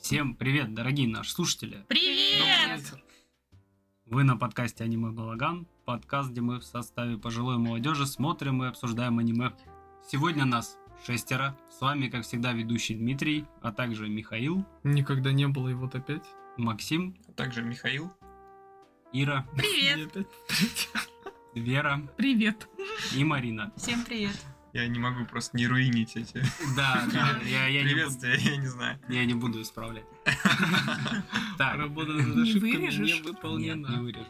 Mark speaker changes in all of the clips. Speaker 1: Всем привет, дорогие наши слушатели!
Speaker 2: Привет!
Speaker 1: Вы на подкасте «Аниме Балаган», подкаст, где мы в составе пожилой молодежи смотрим и обсуждаем аниме. Сегодня нас шестеро, с вами, как всегда, ведущий Дмитрий, а также Михаил,
Speaker 3: Никогда не было, и вот опять.
Speaker 1: Максим,
Speaker 4: Также Михаил.
Speaker 1: Ира,
Speaker 3: И
Speaker 2: Привет!
Speaker 3: опять.
Speaker 1: Вера
Speaker 5: Привет.
Speaker 1: и Марина.
Speaker 2: Всем привет!
Speaker 4: Я не могу просто не руинить эти
Speaker 1: Да, да, я, я не, буду-
Speaker 4: приветствия, я не знаю. А
Speaker 1: я не буду исправлять. Так,
Speaker 3: А, Работа над
Speaker 5: Не
Speaker 3: ошибками не
Speaker 5: вырежешь?
Speaker 1: Нет, не
Speaker 3: выполнена.
Speaker 1: вырежу.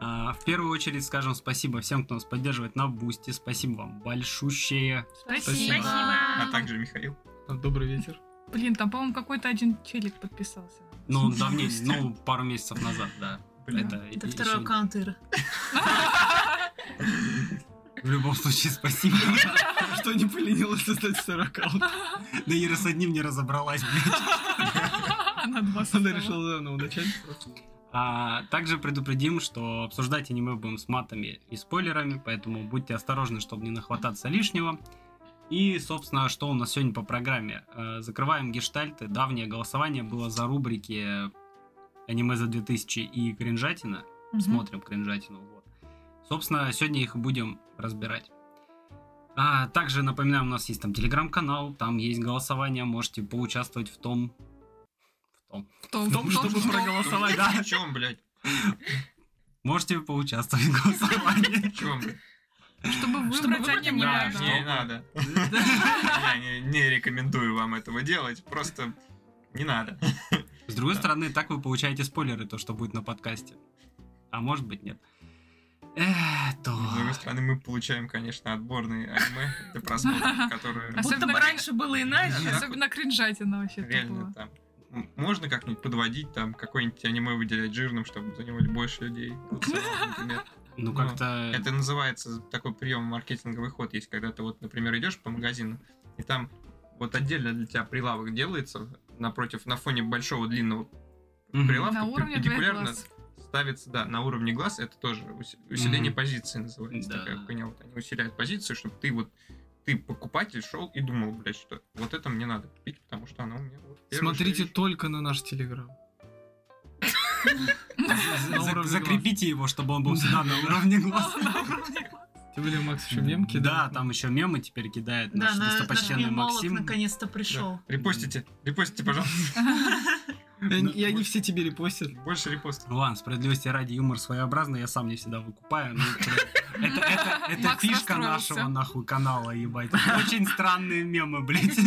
Speaker 1: А, в первую очередь скажем спасибо всем, кто нас поддерживает на Бусти. Спасибо вам большущее.
Speaker 3: Спасибо.
Speaker 4: А также Михаил.
Speaker 3: А, Добрый вечер.
Speaker 5: Блин, там, по-моему, какой-то один челик подписался.
Speaker 1: Ну, он давненько, ну, пару месяцев назад, да.
Speaker 4: Блин.
Speaker 1: Это,
Speaker 2: Это
Speaker 1: и-
Speaker 2: второй
Speaker 1: еще-
Speaker 2: аккаунт Иры.
Speaker 1: В любом случае, спасибо.
Speaker 3: Что не поленилось создать второй аккаунт?
Speaker 1: Да Ира с одним не разобралась, блядь.
Speaker 5: Она два
Speaker 3: Она
Speaker 5: создала.
Speaker 3: решила заново начать просто.
Speaker 1: А, также предупредим, что обсуждать аниме будем с матами и спойлерами, поэтому будьте осторожны, чтобы не нахвататься лишнего. И, собственно, что у нас сегодня по программе? Э, Закрываем гештальты. Давнее голосование было за рубрики аниме за 2000 и кринжатина.
Speaker 5: Мгм.
Speaker 1: смотрим кринжатину. Вот. Собственно, сегодня их будем разбирать. А, также напоминаю, у нас есть там телеграм-канал, там есть голосование, можете поучаствовать в том, в том.
Speaker 5: В том,
Speaker 1: В том,
Speaker 5: в том,
Speaker 1: чтобы
Speaker 5: что-
Speaker 1: проголосовать, да.
Speaker 4: В чем, блядь?
Speaker 1: Можете поучаствовать в голосовании.
Speaker 4: В чем, блядь?
Speaker 5: Чтобы выбрать
Speaker 2: выбрать
Speaker 5: аниме.
Speaker 2: аниме,
Speaker 5: да.
Speaker 4: не надо. Я не- не рекомендую вам этого делать, просто не надо.
Speaker 1: С другой стороны, так вы получаете спойлеры, то, что будет на подкасте. А может быть, нет. Эх, то... ну,
Speaker 4: С другой стороны, мы получаем, конечно, отборные аниме для просмотра, которые
Speaker 5: А с-
Speaker 2: Будто
Speaker 5: Особенно
Speaker 2: бы
Speaker 5: крин-
Speaker 2: раньше было иначе.
Speaker 4: Да.
Speaker 5: Особенно кринжатина вообще тут
Speaker 4: реально
Speaker 5: была.
Speaker 4: там... М- Можно как-нибудь подводить, там, какое-нибудь аниме выделять жирным, чтобы за него больше людей голосовало, например.
Speaker 1: Ну,
Speaker 4: Ну,
Speaker 1: как-то...
Speaker 4: Это называется такой прием маркетинговый ход. Есть, когда ты вот, например, идешь по магазину, и там вот отдельно для тебя прилавок делается напротив, на фоне большого длинного
Speaker 1: Мгм.
Speaker 4: прилавка
Speaker 5: На уровне твоих
Speaker 4: перпендикулярно
Speaker 5: глаз.
Speaker 4: ставится, да, на уровне глаз, это тоже уси- усиление
Speaker 1: Мгм.
Speaker 4: позиции называется
Speaker 1: Да.
Speaker 4: такая хуйня. Вот они усиляют позицию, чтобы ты вот, ты покупатель шел и думал, блядь, что вот это мне надо купить, потому что оно у меня вот первое, что
Speaker 3: Смотрите
Speaker 4: я ищу».
Speaker 3: только на наш телеграм.
Speaker 1: за-
Speaker 3: на
Speaker 1: за-
Speaker 3: уровне
Speaker 1: Закрепите его, чтобы он был всегда на уровне глаз.
Speaker 3: Тем более Макс еще мем
Speaker 1: Да,
Speaker 3: кидает.
Speaker 1: там еще мемы теперь кидает
Speaker 2: Да,
Speaker 1: наш
Speaker 2: на- наш
Speaker 1: достопочтенный
Speaker 2: мемолог
Speaker 1: Максим.
Speaker 2: наконец-то пришел.
Speaker 4: Да. Репостите, репостите, пожалуйста.
Speaker 3: И Э, они- И они все тебе репостят.
Speaker 4: Больше репостов.
Speaker 1: Ну Ладно, справедливости ради юмор своеобразный, я сам не всегда выкупаю. но это- Это, это- это
Speaker 5: Макс
Speaker 1: фишка
Speaker 5: расстроился.
Speaker 1: нашего нахуй канала, ебать. Очень странные мемы, блядь.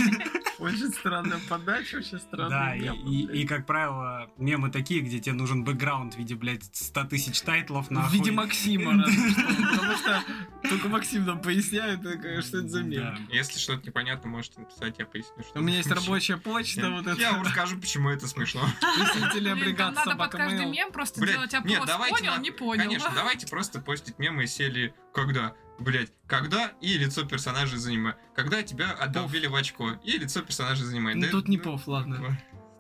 Speaker 3: Очень странная подача, очень
Speaker 1: Да, и, и- и, как правило, мемы такие, где тебе нужен бэкграунд в виде, блядь, 100 тысяч тайтлов
Speaker 3: в
Speaker 1: нахуй.
Speaker 3: виде Максима, разве что, потому что только Максим нам поясняет, э, что это за мем.
Speaker 1: Да.
Speaker 4: Если что-то непонятно, можете написать, я поясню, что
Speaker 3: У меня есть
Speaker 4: это вообще.
Speaker 3: рабочая почта, вот
Speaker 4: Я вам
Speaker 3: это.
Speaker 4: расскажу, почему это смешно.
Speaker 3: Писателя
Speaker 5: Блин, там
Speaker 3: бригад
Speaker 5: надо под
Speaker 3: собака
Speaker 5: каждый
Speaker 3: mail.
Speaker 5: мем просто
Speaker 4: Блядь,
Speaker 5: делать опрос.
Speaker 4: нет, давайте
Speaker 5: понял,
Speaker 4: нахуй.
Speaker 5: не понял.
Speaker 4: Конечно, давайте просто постить мемы серии «Когда?», блять, «Когда?» и лицо персонажа из аниме. «Когда тебя отдолбили в очко?» и лицо персонажа из аниме.
Speaker 3: Ну,
Speaker 4: Да,
Speaker 3: тут не
Speaker 4: ну,
Speaker 3: пов, ладно.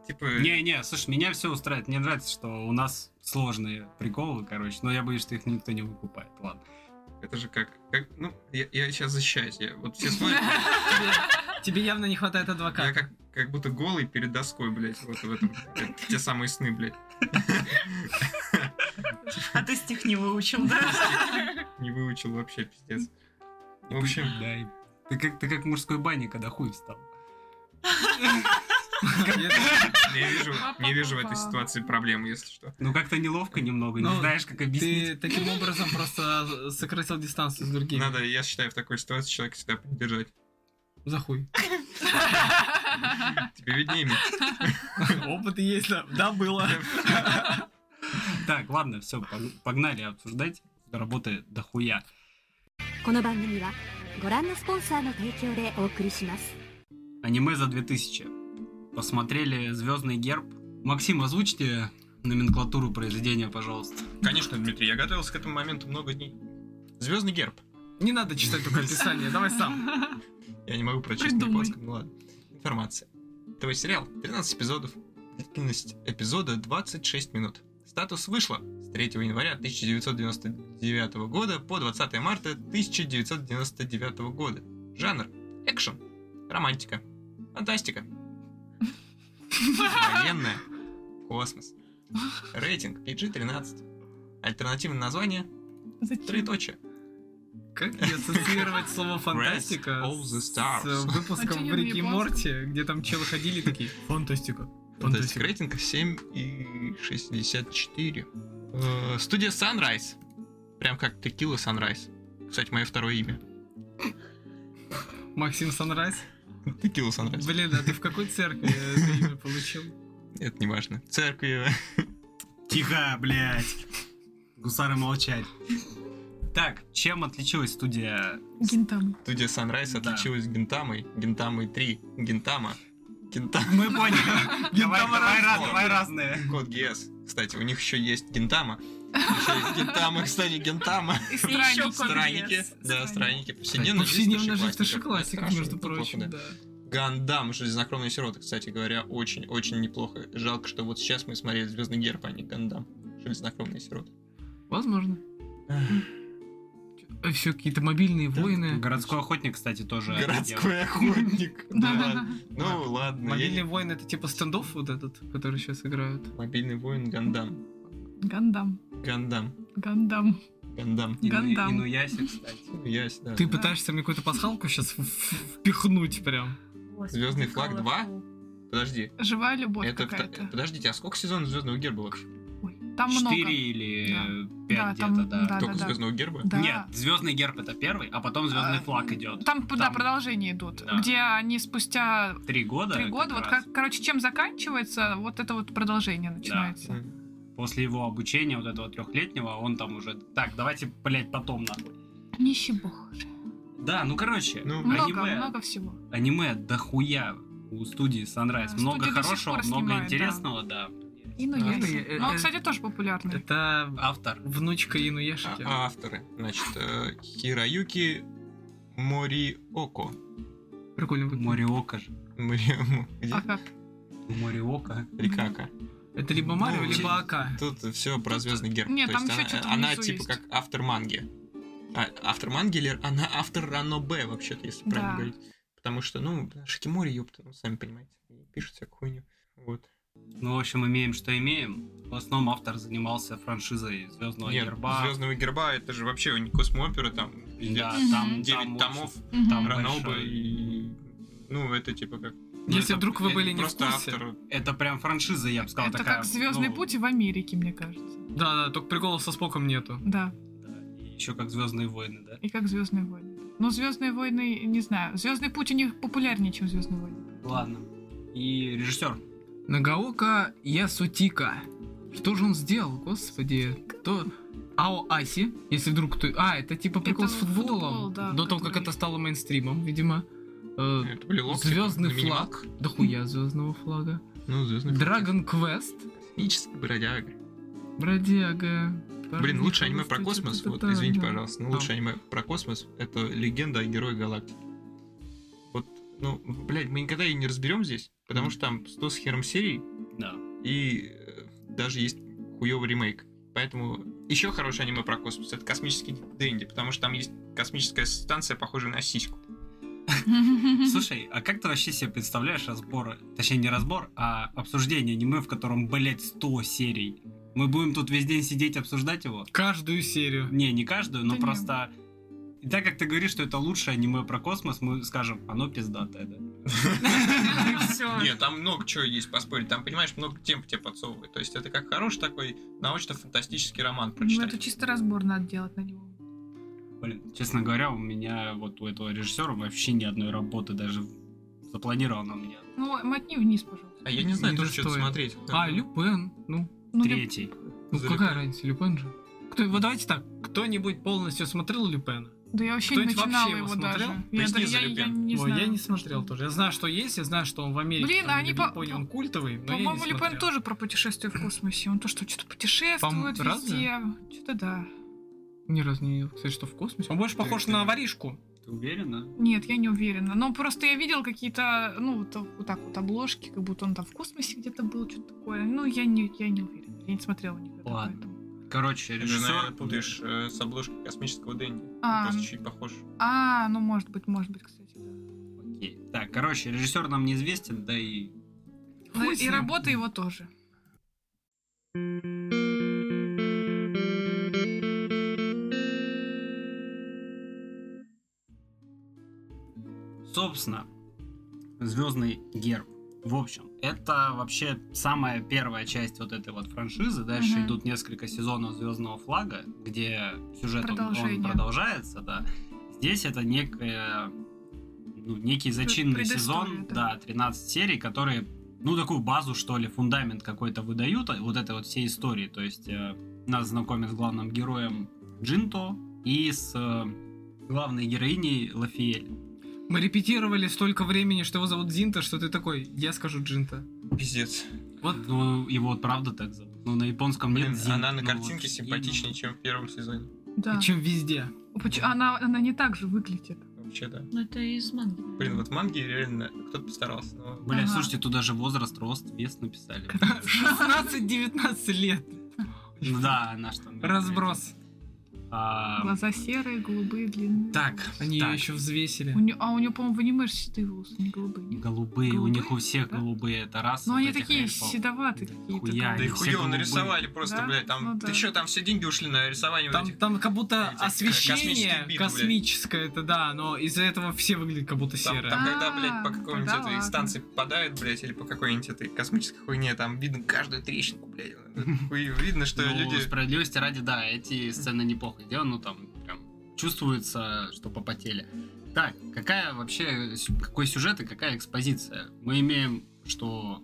Speaker 4: Типа,
Speaker 1: Не-не, слушай, меня все устраивает. Мне нравится, что у нас сложные приколы, короче, но я боюсь, что их никто не выкупает. Ладно.
Speaker 4: это же как... как- ну, я, сейчас защищаюсь. Я, вот все смотрят,
Speaker 3: Тебе- Тебе явно не хватает
Speaker 4: я
Speaker 3: адвоката.
Speaker 4: как, как будто голый перед доской, блять, вот в этом. как Те самые сны, блять.
Speaker 2: А ты стих не выучил, да?
Speaker 4: Не выучил вообще, пиздец. В общем,
Speaker 1: Да, и ты как, ты как в мужской бане, когда хуй встал.
Speaker 4: я вижу, не вижу в этой ситуации проблемы, если что.
Speaker 1: Ну как-то неловко немного, не
Speaker 3: Ну,
Speaker 1: знаешь, как объяснить.
Speaker 3: Ты таким образом просто сократил дистанцию с другими.
Speaker 4: Надо, я считаю, в такой ситуации человека всегда поддержать.
Speaker 3: За хуй.
Speaker 4: Тебе виднее, Мит.
Speaker 3: Опыт есть, да. Да, было.
Speaker 1: Так, ладно, все, погнали обсуждать. Работы дохуя.
Speaker 6: この番組はご覧のスポンサーの提供でお送りします。
Speaker 1: Аниме за 2000. Посмотрели «Звездный герб». Максим, озвучьте номенклатуру произведения, пожалуйста.
Speaker 4: Конечно, Дмитрий, я готовился к этому моменту много дней. Звездный герб.
Speaker 3: Не надо читать только описание, давай сам.
Speaker 4: Я не могу прочесть на
Speaker 5: Придумай.
Speaker 4: японском, ну ладно. Информация. Твой сериал. 13 эпизодов. Длительность эпизода 26 минут. Статус вышло с 3 января 1999 года по 20 марта 1999 года. Жанр. Экшен. Романтика. Фантастика. Военная. в Космос. Рейтинг PG-13. Альтернативное название три
Speaker 5: Зачем?
Speaker 4: точки.
Speaker 3: Как не ассоциировать слово фантастика
Speaker 4: all the
Speaker 3: с
Speaker 4: stars.
Speaker 3: э,
Speaker 5: А чё
Speaker 3: выпуском
Speaker 5: не
Speaker 3: в Рике и
Speaker 5: японском?
Speaker 3: Морти, где там челы ходили такие «Фантастика,
Speaker 4: Фантастик
Speaker 3: фантастика».
Speaker 4: Ну, рейтинг 7,64. Э, Студия Sunrise. Прям как Текила Sunrise. Кстати, мое второе имя.
Speaker 3: Максим Санрайз?
Speaker 4: Текила Sunrise.
Speaker 3: Блин, а ты в какой церкви это имя получил?
Speaker 4: Это не важно. Церкви.
Speaker 1: Тихо, блядь. Гусары молчать. Так, чем отличилась студия?
Speaker 5: Гинтам.
Speaker 4: Студия Sunrise
Speaker 1: Да.
Speaker 4: отличилась Гентамой. Гентамой 3. Гентама. Гентама.
Speaker 1: Мы поняли. Давай,
Speaker 4: Гинтама
Speaker 1: давай, раз-
Speaker 4: разные.
Speaker 1: давай разные.
Speaker 4: Код ГС. Кстати, у них еще есть Гентама. Еще есть Гентама, кстати, Гентама.
Speaker 5: И
Speaker 2: И ещё
Speaker 5: странники.
Speaker 2: кот
Speaker 4: Странники.
Speaker 2: Гесс.
Speaker 4: Да, странники. Повседневная жизнь
Speaker 3: Повседневная жизнь
Speaker 4: старшеклассников.
Speaker 3: старшеклассников,
Speaker 4: ну, Это
Speaker 3: между
Speaker 4: страшно, это плохо, да.
Speaker 3: прочим, да.
Speaker 4: Гандам, жизнь знакомые сироты, кстати говоря, очень-очень неплохо. Жалко, что вот сейчас мы смотрели Звездный герб, а не Гандам. Железнокровные сироты.
Speaker 3: Возможно. Все какие-то мобильные войны.
Speaker 1: Городской охотник, кстати, тоже. офигел.
Speaker 4: Городской охотник.
Speaker 5: Да-да-да.
Speaker 4: Да. Ну ладно.
Speaker 3: Мобильные
Speaker 4: я-
Speaker 3: войны это типа стендов вот этот, который сейчас играют.
Speaker 4: Мобильный воин Гандам.
Speaker 5: Гандам.
Speaker 4: Гандам.
Speaker 5: Гандам.
Speaker 4: Гандам. Ну,
Speaker 1: Ину-
Speaker 5: Гандам.
Speaker 1: Инуяси, кстати.
Speaker 4: Ясь, да.
Speaker 3: Ты пытаешься мне какую-то пасхалку сейчас впихнуть прям.
Speaker 4: Звездный флаг 2? Подожди.
Speaker 5: Живая любовь
Speaker 4: Это вто-
Speaker 5: какая-то.
Speaker 4: Подождите, а сколько сезонов Звездного герба вообще?
Speaker 5: Ой, Там
Speaker 1: Четыре
Speaker 5: много.
Speaker 1: или
Speaker 5: Да,
Speaker 1: пять
Speaker 5: там-
Speaker 1: где-то, да.
Speaker 5: да.
Speaker 4: Только Звездного герба?
Speaker 5: Да.
Speaker 1: Нет, звездный герб это первый, а потом звездный
Speaker 5: А,
Speaker 1: флаг идет.
Speaker 5: Там, да,
Speaker 1: Там.
Speaker 5: продолжение идут,
Speaker 1: Да.
Speaker 5: где они спустя
Speaker 1: Три года.
Speaker 5: три
Speaker 1: как
Speaker 5: года, вот
Speaker 1: раз.
Speaker 5: как, короче, чем заканчивается, вот это вот продолжение начинается.
Speaker 4: М.
Speaker 1: После его обучения, вот этого трехлетнего, он там уже. Так, давайте, блядь, потом нахуй.
Speaker 5: Нищий бог.
Speaker 1: Да, ну короче,
Speaker 4: Ну,
Speaker 5: Много,
Speaker 1: аниме,
Speaker 5: много всего.
Speaker 1: аниме дохуя у студии Sunrise.
Speaker 5: Да,
Speaker 1: много
Speaker 5: студия до сих
Speaker 1: хорошего,
Speaker 5: пор
Speaker 1: много
Speaker 5: снимает, да.
Speaker 1: интересного, да.
Speaker 5: Ину
Speaker 3: А,
Speaker 5: Яси.
Speaker 3: это-
Speaker 5: Ну, он,
Speaker 3: э,
Speaker 5: кстати, тоже популярный.
Speaker 3: Это
Speaker 1: Автор.
Speaker 3: внучка
Speaker 4: А-
Speaker 3: Инуяшики.
Speaker 4: а авторы? Значит, э, Хироюки Мориоко.
Speaker 3: Прикольно выглядит.
Speaker 1: Мориока же. Ну,
Speaker 4: Мориому. Где?
Speaker 5: А как?
Speaker 1: Мориока.
Speaker 4: Река Ака.
Speaker 3: Это либо Марио,
Speaker 4: Ну,
Speaker 3: либо
Speaker 4: вообще-
Speaker 3: Ака.
Speaker 4: Тут все про звездный герб.
Speaker 5: Нет,
Speaker 4: То
Speaker 5: там
Speaker 4: есть
Speaker 5: ещё
Speaker 4: она-
Speaker 5: что-то
Speaker 4: Она
Speaker 5: внизу
Speaker 4: типа
Speaker 5: есть.
Speaker 4: как автор манги. А, автор манги или она автор ранобе вообще-то, если
Speaker 5: Да.
Speaker 4: правильно говорить. Потому что, ну, Шикимори, ёпта, ну, сами понимаете, пишут всякую хуйню. Вот.
Speaker 1: Ну, в общем, имеем, что имеем. В основном автор занимался франшизой Звездного
Speaker 4: Нет,
Speaker 1: Ну, герба.
Speaker 4: Звездного герба, это же вообще у них космоопера, там,
Speaker 1: Да,
Speaker 4: пиздец,
Speaker 1: там
Speaker 5: Мгм.
Speaker 4: 9
Speaker 1: там
Speaker 4: томов,
Speaker 5: Мгм.
Speaker 1: там
Speaker 4: ранобе
Speaker 1: большой.
Speaker 4: и... Ну, это типа как... Ну,
Speaker 3: Если
Speaker 4: это
Speaker 3: вдруг вы
Speaker 4: пр-
Speaker 3: были не в
Speaker 4: просто
Speaker 3: курсе.
Speaker 4: автор.
Speaker 1: Это прям франшиза, я бы сказал,
Speaker 5: Это
Speaker 1: такая.
Speaker 5: как Звездный
Speaker 1: ну,
Speaker 5: путь в Америке, мне кажется.
Speaker 3: Да, да, только приколов со споком нету.
Speaker 5: Да.
Speaker 1: да, и еще как Звездные войны, да?
Speaker 5: И как Звездные войны. Но Звездные войны, не знаю. Звездный путь у них популярнее, чем Звездные войны.
Speaker 1: Ладно. И режиссер.
Speaker 3: Нагаока Ясутика. Что же он сделал, господи? Кто? Ао Аси, если вдруг кто... А, это типа прикол
Speaker 5: Это
Speaker 3: с футболом.
Speaker 5: футбол, да,
Speaker 3: До того, как
Speaker 5: который-
Speaker 3: это стало мейнстримом, видимо. Э,
Speaker 4: Это были локти,
Speaker 3: Звездный
Speaker 4: на минималках.
Speaker 3: флаг. Да хуя звездного флага.
Speaker 4: Ну, звездный флаг.
Speaker 3: Драгон Квест.
Speaker 4: Космический бродяга.
Speaker 3: Бродяга.
Speaker 4: Блин,
Speaker 3: Парни,
Speaker 4: лучше аниме про
Speaker 3: просто
Speaker 4: космос,
Speaker 3: что-то
Speaker 4: вот
Speaker 3: там,
Speaker 4: извините,
Speaker 3: да.
Speaker 4: пожалуйста, но лучше аниме про космос это легенда о герое галактики. Вот, ну, блядь, мы никогда ее не разберем здесь, потому что там 100 с хером серий,
Speaker 1: Да.
Speaker 4: и э, даже есть хуёвый ремейк. Поэтому еще хорошее аниме про космос это космический Дэнди, потому что там есть космическая станция, похожая на сиську.
Speaker 1: Слушай, а как ты вообще себе представляешь разбор, точнее не разбор, а обсуждение аниме, в котором, блядь, 100 серий? Мы будем тут весь день сидеть обсуждать его?
Speaker 3: Каждую серию.
Speaker 1: Не, не каждую, но
Speaker 5: Да не.
Speaker 1: просто... И так как ты говоришь, что это лучшее аниме про космос, мы скажем, оно пиздатое, да?
Speaker 2: Все.
Speaker 4: Нет, там много чего есть поспорить, там, понимаешь, много тем тебе подсовывают. То есть это как хороший такой научно-фантастический роман
Speaker 5: Ну,
Speaker 4: прочитать.
Speaker 5: это чисто разбор надо делать на него.
Speaker 1: Блин, честно говоря, у меня вот у этого режиссера вообще ни одной работы даже запланировано у меня.
Speaker 5: Ну, мотни вниз, пожалуйста.
Speaker 4: А я не знаю
Speaker 3: Не
Speaker 4: тоже,
Speaker 3: за
Speaker 4: что
Speaker 3: что это.
Speaker 4: смотреть.
Speaker 3: А, Люпен. Ну,
Speaker 5: Ну, я-
Speaker 1: А Третий.
Speaker 3: ну
Speaker 4: За
Speaker 3: какая
Speaker 4: Люпен.
Speaker 3: разница, Люпен же. Кто, вот давайте так, кто-нибудь полностью смотрел Люпена?
Speaker 5: Да я вообще не
Speaker 3: Кто-нибудь
Speaker 5: начинала
Speaker 3: вообще его
Speaker 5: его
Speaker 3: смотрел?
Speaker 5: даже. Я
Speaker 4: Поясни
Speaker 5: даже-
Speaker 4: за
Speaker 5: я- я
Speaker 4: Люпен.
Speaker 5: не
Speaker 3: Ой,
Speaker 5: знаю.
Speaker 3: я не смотрел тоже. Я знаю, что есть, я знаю, что он в Америке.
Speaker 5: Блин,
Speaker 3: там,
Speaker 5: а они
Speaker 3: или в
Speaker 5: по-
Speaker 3: Японии он культовый, но я не
Speaker 5: По-моему,
Speaker 3: смотрел.
Speaker 5: Люпен тоже про путешествие в космосе. Он то, что что-то
Speaker 3: По-моему,
Speaker 5: путешествует везде. Что-то да.
Speaker 3: Ни разу не видел, кстати, что в космосе. Он больше
Speaker 4: Ты-
Speaker 3: похож
Speaker 4: ты-
Speaker 3: на воришку.
Speaker 1: Ты уверена?
Speaker 5: Нет, я не уверена. Но просто я видел какие-то, ну, вот, так- вот так вот обложки, как будто он там в космосе где-то был, что-то такое. Ну, я не, я не уверена. Я не смотрела никогда.
Speaker 1: Ладно.
Speaker 3: Ну,
Speaker 5: поэтому.
Speaker 1: Короче,
Speaker 4: Ты же, наверное,
Speaker 1: режиссер...
Speaker 4: путаешь э, с обложкой космического Дэнди. Он
Speaker 5: А.
Speaker 4: Просто чуть похож.
Speaker 5: А, ну, может быть, может быть, кстати. да.
Speaker 1: Окей. Так, короче, режиссер нам неизвестен, да и
Speaker 5: Ну,
Speaker 3: Хуй с
Speaker 5: и
Speaker 3: ним.
Speaker 5: работа его тоже.
Speaker 1: Собственно, звездный герб. В общем, это вообще самая первая часть вот этой вот франшизы. Дальше
Speaker 5: Мгм.
Speaker 1: идут несколько сезонов Звездного флага, где сюжет он- он,
Speaker 5: Продолжение.
Speaker 1: продолжается, да. Здесь это некое, ну, некий зачинный
Speaker 5: предыстория,
Speaker 1: сезон,
Speaker 5: да.
Speaker 1: да. 13 серий, которые, ну, такую базу, что ли, фундамент какой-то выдают а, вот этой вот всей истории. То есть э, нас знакомят с главным героем Джинто и с э, главной героиней Лафиэль.
Speaker 3: Мы репетировали столько времени, что его зовут Зинта, что ты такой, я скажу Джинта.
Speaker 4: Пиздец.
Speaker 1: Вот ну, его вот правда так зовут. Ну, на японском
Speaker 4: Блин,
Speaker 1: нет Зин.
Speaker 4: она на
Speaker 1: Ну,
Speaker 4: картинке
Speaker 1: вот,
Speaker 4: симпатичнее, чем в первом сезоне.
Speaker 5: Да.
Speaker 3: Чем везде.
Speaker 5: Поч- Она, она не так же выглядит.
Speaker 4: Вообще, да.
Speaker 2: Ну, это из манги.
Speaker 4: Блин, вот манги реально кто-то постарался,
Speaker 1: и-
Speaker 4: но...
Speaker 1: Бля,
Speaker 5: Ага.
Speaker 1: слушайте, тут даже возраст, рост, вес написали.
Speaker 3: 16-19 лет.
Speaker 1: Ну Да, она что. ну,
Speaker 3: Разброс.
Speaker 1: а,
Speaker 5: Глаза серые, голубые, длинные.
Speaker 1: Так,
Speaker 3: Они
Speaker 1: так.
Speaker 3: ее еще взвесили.
Speaker 5: У неё- а у нее, по-моему, в аниме же седые волосы, не голубые. нет?
Speaker 1: Голубые, у
Speaker 5: Голубые,
Speaker 1: них у всех
Speaker 5: да?
Speaker 1: голубые, это раз.
Speaker 5: Но
Speaker 1: вот
Speaker 5: они
Speaker 1: этих
Speaker 5: такие
Speaker 1: эльфов.
Speaker 5: седоватые какие-то.
Speaker 1: Хуя,
Speaker 5: голубые.
Speaker 4: Да и
Speaker 1: А, Они все
Speaker 4: хуево
Speaker 1: голубые.
Speaker 4: нарисовали просто,
Speaker 5: Да?
Speaker 4: блядь. Там,
Speaker 5: Ну да.
Speaker 4: ты чё, там все деньги ушли на рисование вот
Speaker 3: Там,
Speaker 4: этих.
Speaker 3: там как будто
Speaker 4: Эти, как космических
Speaker 3: освещение
Speaker 4: бит, блядь.
Speaker 3: космическое, это да, но из-за этого все выглядят как будто
Speaker 4: Там,
Speaker 3: серые.
Speaker 4: там когда,
Speaker 5: А,
Speaker 4: блядь, по какой-нибудь
Speaker 5: тогда
Speaker 4: этой
Speaker 5: ладно.
Speaker 4: станции попадают, блядь, или по какой-нибудь этой космической хуйне, там видно каждую трещинку, блядь. Хуй- Видно, что
Speaker 1: Ну,
Speaker 4: люди...
Speaker 1: справедливости ради, да, эти сцены неплохо сделаны, ну там прям чувствуется, что попотели. Так, какая вообще, сю- какой сюжет и какая экспозиция? Мы имеем, что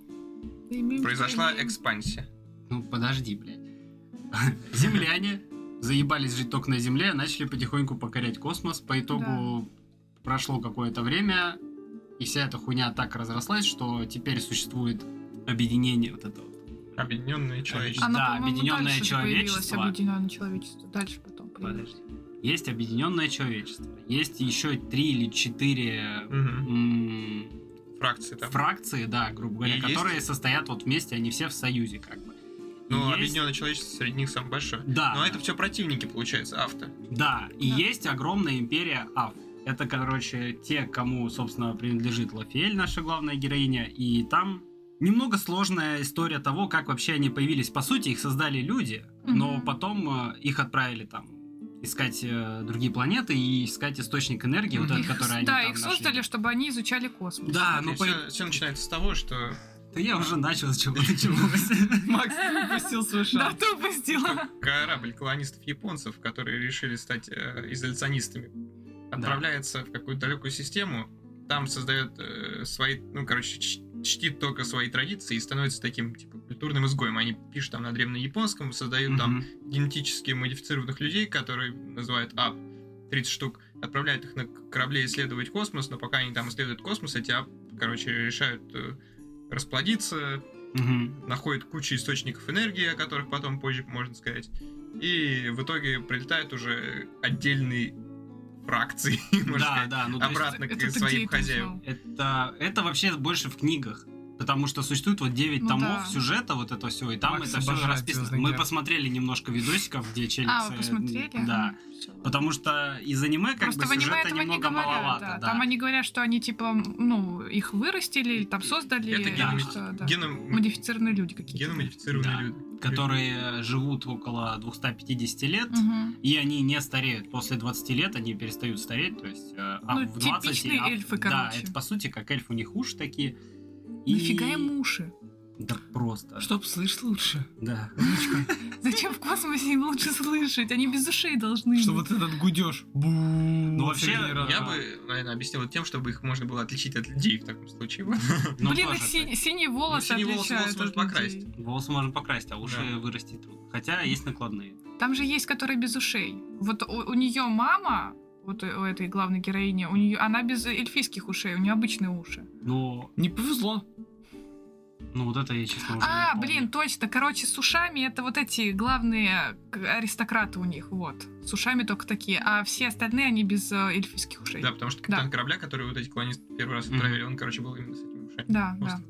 Speaker 5: Да и мимо
Speaker 4: Произошла
Speaker 5: меня-
Speaker 4: экспансия.
Speaker 1: Ну, подожди, блядь. Земляне заебались жить только на Земле, начали потихоньку покорять космос. По итогу прошло какое-то время, и вся эта хуйня так разрослась, что теперь существует объединение вот этого.
Speaker 4: Объединенное
Speaker 1: А
Speaker 4: человечество.
Speaker 5: Она,
Speaker 1: Да,
Speaker 5: по-моему,
Speaker 1: объединённое
Speaker 5: дальше же появилась,
Speaker 1: человечество.
Speaker 5: Объединенное человечество. Дальше потом появилось.
Speaker 1: Подожди. Есть объединенное человечество. Есть еще три или четыре
Speaker 4: Мгм.
Speaker 1: м,
Speaker 4: Фракции там.
Speaker 1: фракции, да, грубо говоря,
Speaker 4: И есть-
Speaker 1: которые состоят вот вместе, они все в союзе, как бы. И
Speaker 4: Но
Speaker 1: есть-
Speaker 4: объединенное Ну, человечество среди них самое большое.
Speaker 1: Да.
Speaker 4: Но это все противники, получается, авто.
Speaker 1: Да, и
Speaker 5: Да.
Speaker 1: есть огромная империя Аф. Это, короче, те, кому, собственно, принадлежит Лафиэль, наша главная героиня, и там немного сложная история того, как вообще они появились. По сути, их создали люди, но
Speaker 5: Мгм.
Speaker 1: потом э, их отправили там искать э, другие планеты и искать источник энергии, вот
Speaker 3: Мгм.
Speaker 1: этот, который они
Speaker 5: да,
Speaker 1: там
Speaker 5: их
Speaker 1: нашли.
Speaker 5: создали, чтобы они изучали космос.
Speaker 1: Да, ну по-
Speaker 4: все, начинается с того, что
Speaker 1: Да я уже начал с чего началось.
Speaker 3: Макс выпустил свой
Speaker 5: Да,
Speaker 3: шанс.
Speaker 5: тупо сделала.
Speaker 4: корабль колонистов-японцев, которые решили стать э, изоляционистами, отправляется в какую-то далекую систему, там создает э, свои, ну, короче, ч- чтит только свои традиции и становится таким, типа, культурным изгоем. Они пишут там на древнеяпонском, создают там
Speaker 1: Мгм.
Speaker 4: генетически модифицированных людей, которые называют АП, 30 штук, отправляют их на корабле исследовать космос, но пока они там исследуют космос, эти АП, короче, решают э, расплодиться,
Speaker 1: Мгм.
Speaker 4: находят кучу источников энергии, о которых потом позже можно сказать. И в итоге прилетают уже отдельные фракции, можно
Speaker 1: Да,
Speaker 4: сказать,
Speaker 1: да, ну то есть-
Speaker 4: обратно
Speaker 5: Это
Speaker 4: к
Speaker 5: ты где
Speaker 4: своим
Speaker 5: это
Speaker 4: хозяевам.
Speaker 5: узнал?
Speaker 1: Это, это вообще больше в книгах. Потому что существует вот 9
Speaker 5: Ну
Speaker 1: томов
Speaker 5: да.
Speaker 1: сюжета вот это все, и там
Speaker 3: Макс
Speaker 1: это все
Speaker 3: обожает
Speaker 1: расписано.
Speaker 3: «Звездный
Speaker 1: Мы
Speaker 3: герб».
Speaker 1: посмотрели немножко видосиков, где челик...
Speaker 5: А, вы посмотрели?
Speaker 1: э, Да.
Speaker 5: Всё.
Speaker 1: Потому что из аниме как
Speaker 5: Просто
Speaker 1: бы
Speaker 5: в аниме
Speaker 1: сюжета
Speaker 5: этого не
Speaker 1: немного
Speaker 5: говорят,
Speaker 1: маловато.
Speaker 5: да.
Speaker 1: да.
Speaker 5: Там они говорят, что они типа, ну, их вырастили, или там создали,
Speaker 4: Это
Speaker 5: или
Speaker 1: геном-
Speaker 5: что, да.
Speaker 4: Геном...
Speaker 5: модифицированные люди какие-то.
Speaker 4: Геномодифицированные
Speaker 1: Да.
Speaker 4: люди.
Speaker 1: Которые э, живут около 250 лет,
Speaker 5: Мгм.
Speaker 1: и они не стареют. После 20 лет они перестают стареть, то есть... э, а
Speaker 5: Ну,
Speaker 1: в 20
Speaker 5: типичные
Speaker 1: а в-
Speaker 5: эльфы,
Speaker 1: Да,
Speaker 5: короче.
Speaker 1: это по сути как эльф, у них уши такие. И-
Speaker 5: Нафига им уши?
Speaker 1: Да просто.
Speaker 3: Чтоб слышь лучше.
Speaker 1: Да.
Speaker 5: Зачем в космосе им лучше слышать? Они без ушей должны
Speaker 3: Что
Speaker 5: быть.
Speaker 3: вот этот гудеж. Ну
Speaker 1: вообще,
Speaker 4: Я
Speaker 1: э,
Speaker 4: бы, наверное, объяснил это тем, чтобы их можно было отличить от людей в таком случае.
Speaker 1: Ну,
Speaker 5: Блин,
Speaker 1: тоже
Speaker 5: их
Speaker 1: так.
Speaker 5: си- синие волосы
Speaker 4: синие волосы
Speaker 5: отличают
Speaker 4: волосы
Speaker 5: от
Speaker 4: можно
Speaker 5: людей.
Speaker 1: Волосы можно покрасить, а уши
Speaker 4: Да.
Speaker 1: вырастить трудно. Хотя есть накладные.
Speaker 5: Там же есть, которые без ушей. Вот у, нее мама, вот у у этой главной героини, у нее она без эльфийских ушей, у нее обычные уши.
Speaker 1: Но,
Speaker 3: Не повезло.
Speaker 1: ну вот это я честно уже
Speaker 5: А,
Speaker 1: не помню.
Speaker 5: блин, точно. Короче, с ушами это вот эти главные к- аристократы у них, вот. С ушами только такие. А все остальные, они без э, эльфийских ушей.
Speaker 4: Да, потому что капитан корабля, который вот эти колонисты первый раз
Speaker 1: Мгм.
Speaker 4: отправили, он, короче, был именно с этим ушами.
Speaker 5: да. да.
Speaker 4: Просто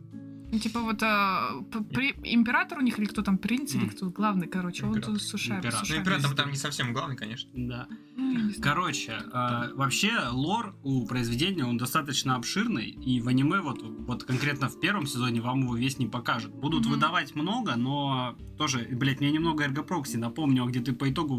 Speaker 5: Ну, Типа вот а, п- при- император у них или кто там, принц или
Speaker 4: Мгм.
Speaker 5: кто главный, короче, он
Speaker 4: Император.
Speaker 5: тут сушами.
Speaker 1: Император.
Speaker 4: Ну, император там не совсем главный, конечно.
Speaker 1: Да.
Speaker 5: Ну,
Speaker 1: Короче, э, вообще лор у произведения он достаточно обширный, и в аниме вот, вот конкретно в первом сезоне вам его весь не покажут. Будут
Speaker 5: Мгм.
Speaker 1: выдавать много, но тоже, блядь, мне немного эргопрокси напомнил, где ты по итогу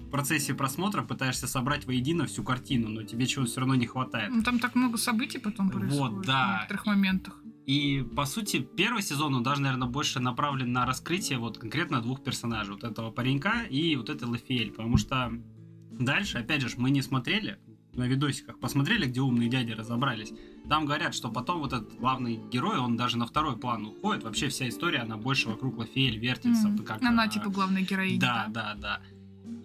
Speaker 1: в процессе просмотра пытаешься собрать воедино всю картину, но тебе чего-то все равно не хватает.
Speaker 5: Ну, там так много событий потом
Speaker 1: Вот,
Speaker 5: происходит
Speaker 1: да.
Speaker 5: в некоторых моментах.
Speaker 1: И, по сути, первый сезон, он даже, наверное, больше направлен на раскрытие вот конкретно двух персонажей. Вот этого паренька и вот этой Лафиэль. Потому что дальше, опять же, ж, мы не смотрели на видосиках. Посмотрели, где умные дяди разобрались. Там говорят, что потом вот этот главный герой, он даже на второй план уходит. Вообще вся история, она больше вокруг Лафиэль вертится.
Speaker 5: М.
Speaker 1: вот как,
Speaker 5: Она
Speaker 1: а,
Speaker 5: типа главная героиня.
Speaker 1: да, да, да.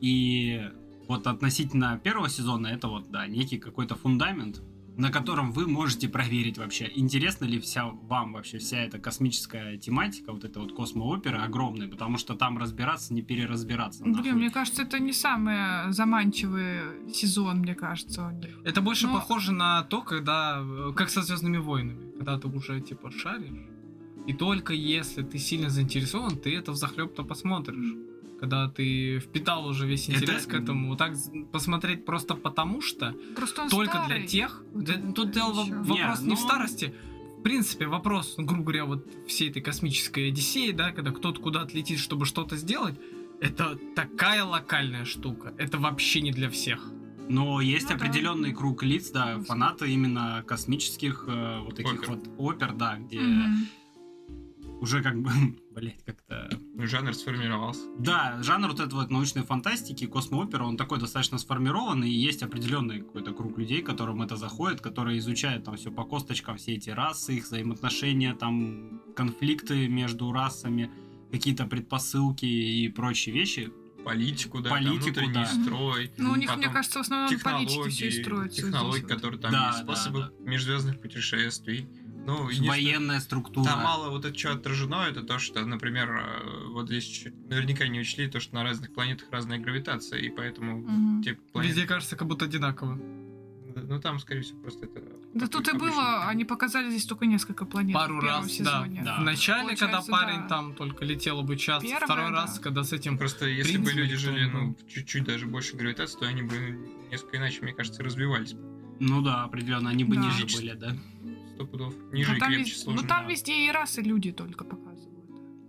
Speaker 1: И вот относительно первого сезона это вот, да, некий какой-то фундамент, на котором вы можете проверить вообще, интересна ли вся вам вообще вся эта космическая тематика, вот эта вот космоопера огромная, потому что там разбираться, не переразбираться. нахуй.
Speaker 5: Ну, Блин, мне кажется, это не самый э, заманчивый сезон, мне кажется, у них.
Speaker 3: Это больше
Speaker 5: Но-
Speaker 3: похоже на то, когда э, как со Звездными войнами, когда ты уже типа шаришь, и только если ты сильно заинтересован, ты это взахлеб-то посмотришь. Когда ты впитал уже весь
Speaker 1: Это-
Speaker 3: интерес к этому, так з- посмотреть просто потому что,
Speaker 5: Просто он
Speaker 3: только
Speaker 5: Ну, старый.
Speaker 3: для тех.
Speaker 5: Вот
Speaker 3: Да,
Speaker 5: это
Speaker 3: тут дело во-
Speaker 5: ещё.
Speaker 3: вопрос
Speaker 1: Не,
Speaker 3: не в
Speaker 1: ну-
Speaker 3: старости. В принципе, вопрос, ну, грубо говоря, вот всей этой космической Одиссеи, да, когда кто-то куда-то летит, чтобы что-то сделать, это такая локальная штука. Это вообще не для всех.
Speaker 1: Но есть
Speaker 5: Ну да.
Speaker 1: определенный круг лиц, да,
Speaker 5: Конечно.
Speaker 1: фанаты именно космических э, вот таких
Speaker 4: Опер.
Speaker 1: вот опер, да, где
Speaker 5: Мгм.
Speaker 1: уже как бы, блять, как-то
Speaker 4: Жанр сформировался.
Speaker 1: Да, жанр вот этой вот научной фантастики, космоопера, он такой достаточно сформированный, и есть определенный какой-то круг людей, которым это заходит, которые изучают там все по косточкам, все эти расы, их взаимоотношения, там конфликты между расами, какие-то предпосылки и прочие вещи.
Speaker 4: Политику, да, там
Speaker 1: Политику,
Speaker 4: внутренний
Speaker 1: да.
Speaker 4: строй.
Speaker 5: Ну, у них,
Speaker 4: потом
Speaker 5: мне кажется, в основном на политике все и
Speaker 4: технологии,
Speaker 5: строится.
Speaker 4: технологии,
Speaker 5: здесь вот.
Speaker 4: которые там
Speaker 1: Да,
Speaker 4: есть,
Speaker 1: да,
Speaker 4: способы
Speaker 1: да.
Speaker 4: межзвездных путешествий. Ну, единственное,
Speaker 1: Военная структура.
Speaker 4: Там мало вот это что отражено, это то, что, например, э, вот здесь чуть- наверняка не учли то, что на разных планетах разная гравитация, и поэтому
Speaker 5: Мгм.
Speaker 4: те планеты...
Speaker 3: Везде кажется, как будто одинаково.
Speaker 4: Ну, там, скорее всего, просто это...
Speaker 5: Да тут и было, они показали здесь только несколько планет
Speaker 3: Пару
Speaker 5: в первом
Speaker 3: раз,
Speaker 5: сезоне.
Speaker 1: да.
Speaker 3: В начале, когда
Speaker 5: Получается,
Speaker 3: парень
Speaker 5: да.
Speaker 3: там только летел обучаться,
Speaker 5: Первое,
Speaker 3: второй
Speaker 5: да.
Speaker 3: раз, когда с этим...
Speaker 4: Ну, Просто если бы
Speaker 3: принципе,
Speaker 4: люди
Speaker 3: никто
Speaker 4: жили,
Speaker 3: не
Speaker 4: ну, чуть-чуть даже больше гравитации, то они бы несколько иначе, мне кажется, развивались. бы.
Speaker 1: Ну да, определенно, они бы
Speaker 5: Да.
Speaker 1: ниже
Speaker 4: Физически.
Speaker 1: были, да.
Speaker 4: Сто пудов.
Speaker 5: Ну,
Speaker 4: Ниже и
Speaker 5: там
Speaker 4: крепче
Speaker 5: вез-
Speaker 4: сложно.
Speaker 5: Ну там
Speaker 1: да.
Speaker 5: везде и расы люди только показывают.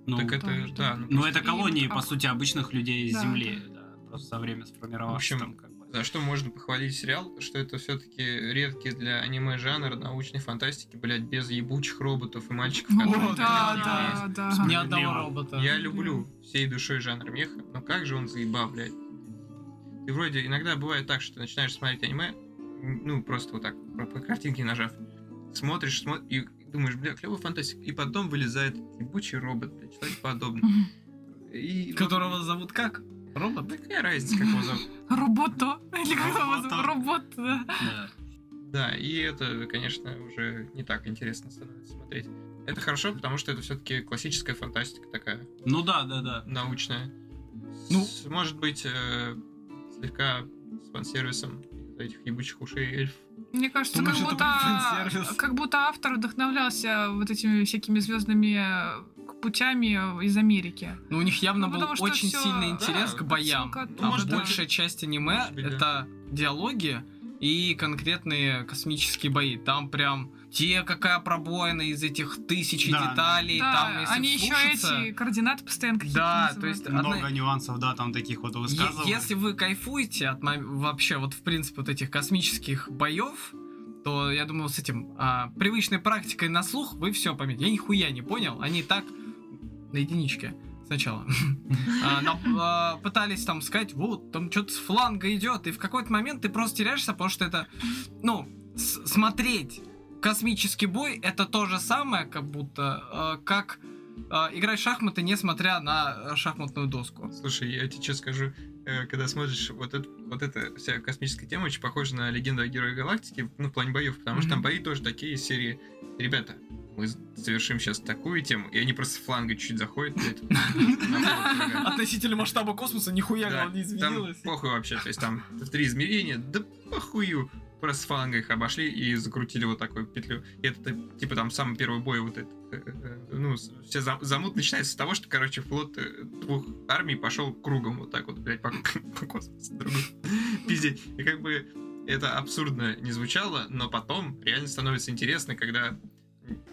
Speaker 1: Ну,
Speaker 4: так это,
Speaker 5: потому что-
Speaker 4: да. ну,
Speaker 1: ну,
Speaker 4: просто-
Speaker 1: это колонии, по
Speaker 5: Ах.
Speaker 1: сути, обычных людей с
Speaker 5: Да,
Speaker 1: Земли, да, просто со временем сформировалось.
Speaker 4: В общем,
Speaker 1: там как бы.
Speaker 4: За что можно похвалить сериал, что это все-таки редкий для аниме жанр научной фантастики, блядь, без ебучих роботов и мальчиков,
Speaker 5: Ну,
Speaker 4: которые...
Speaker 3: вот это
Speaker 5: Да, да, да.
Speaker 3: Ни
Speaker 1: Справедливо.
Speaker 3: одного робота.
Speaker 4: Я люблю всей душой жанр меха, но как же он заеба, блядь. И вроде иногда бывает так, что начинаешь смотреть аниме, м, ну, просто вот так, по, по картинке нажав, смотришь, смотришь, и думаешь, бля, клевый фантастик, и потом вылезает ебучий робот, блядь, человек подобный.
Speaker 5: Мгм.
Speaker 4: И,
Speaker 3: Которого зовут как?
Speaker 4: ну,
Speaker 3: Робот?
Speaker 4: Какая разница, как его зовут?
Speaker 5: Робото. Или как его
Speaker 1: Робото.
Speaker 5: зовут? Робот, да.
Speaker 1: Да.
Speaker 4: Да, и это, конечно, уже не так интересно становится смотреть. Это хорошо, потому что это все-таки классическая фантастика такая,
Speaker 1: Ну да, да, да.
Speaker 4: научная.
Speaker 3: Ну.
Speaker 4: С, может быть, э, слегка с фан-сервисом этих ебучих ушей эльф.
Speaker 5: Мне кажется, как
Speaker 3: Думаешь, это будет
Speaker 5: будто,
Speaker 3: фан-сервис?
Speaker 5: как будто автор вдохновлялся вот этими всякими звездными э, путями из Америки.
Speaker 3: Но у них явно
Speaker 5: Ну,
Speaker 3: был
Speaker 5: потому что
Speaker 3: очень
Speaker 5: всё-
Speaker 3: сильный интерес
Speaker 4: да,
Speaker 3: к боям.
Speaker 5: отсылка
Speaker 4: Ну,
Speaker 3: А
Speaker 4: может,
Speaker 5: оттуда.
Speaker 3: большая часть аниме
Speaker 4: Может быть, да.
Speaker 3: это диалоги и конкретные космические бои. Там прям те, какая пробоина из этих тысячи
Speaker 1: Да,
Speaker 3: деталей. Там,
Speaker 5: Да,
Speaker 3: если
Speaker 5: они еще
Speaker 3: вслушаться-
Speaker 5: эти координаты постоянно какие-то
Speaker 3: Да,
Speaker 5: называют.
Speaker 3: то есть одна-
Speaker 1: Много нюансов, да, там таких вот
Speaker 3: Е-
Speaker 1: высказываний.
Speaker 3: Если вы кайфуете от мом- вообще вот в принципе вот этих космических боев, то я думаю с этим а, привычной практикой на слух вы все поймете. Я нихуя не понял, они так на единичке сначала А, на- а, пытались там сказать, вот там что-то с фланга идет, и в какой-то момент ты просто теряешься, потому что это, ну, с- смотреть космический бой это то же самое, как будто э, как э, играть в шахматы, несмотря на э, шахматную доску.
Speaker 4: Слушай, я тебе честно скажу, э, когда смотришь вот это, вот эта вся космическая тема, очень похожа на легенду о Герое Галактики, ну, в плане боев, потому что там
Speaker 3: Мгм.
Speaker 4: бои тоже такие из серии. Ребята, мы совершим сейчас такую тему, и они просто с фланга чуть заходят, блядь.
Speaker 3: Относительно масштаба космоса нихуя
Speaker 4: Да,
Speaker 3: главное, не
Speaker 4: Там
Speaker 3: изменилось.
Speaker 4: похуй вообще, то есть там три измерения, да похую. Просто с фалангой их обошли и закрутили вот такую петлю. И это типа там самый первый бой вот этот. э, э, Ну, с- все зам- замут начинается с того, что, короче, флот э, двух армий пошел кругом вот так вот, блядь, по, по космосу. друг другу. Пиздеть. И как бы это абсурдно не звучало, но потом реально становится интересно, когда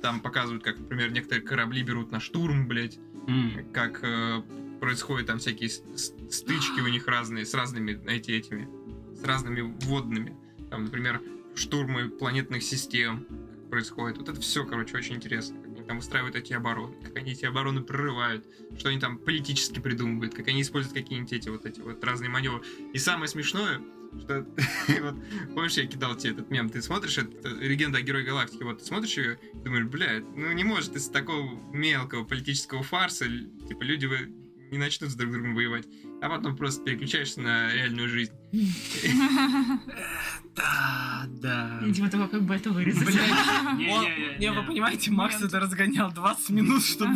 Speaker 4: там показывают, как, например, некоторые корабли берут на штурм, блядь,
Speaker 1: М.
Speaker 4: как э, происходят там всякие с- с- стычки у них разные с разными эти, этими с разными водными там например штурмы планетных систем происходит вот это все короче очень интересно как они там устраивают эти обороны как они эти обороны прорывают что они там политически придумывают как они используют какие-нибудь эти вот эти вот разные маневры и самое смешное что вот, помнишь, я кидал тебе этот мем, ты смотришь, это легенда о Герое Галактики, вот ты смотришь ее, думаешь, блядь, ну не может из такого мелкого политического фарса, л- типа, люди вы- не начнут с друг другом воевать, а потом просто переключаешься на реальную жизнь.
Speaker 1: Да, да.
Speaker 2: Видимо, того, как бы это вырезать.
Speaker 1: Не,
Speaker 3: Он-
Speaker 1: не, не,
Speaker 3: не, вы
Speaker 1: не.
Speaker 3: понимаете, Макс это разгонял 20 минут, чтобы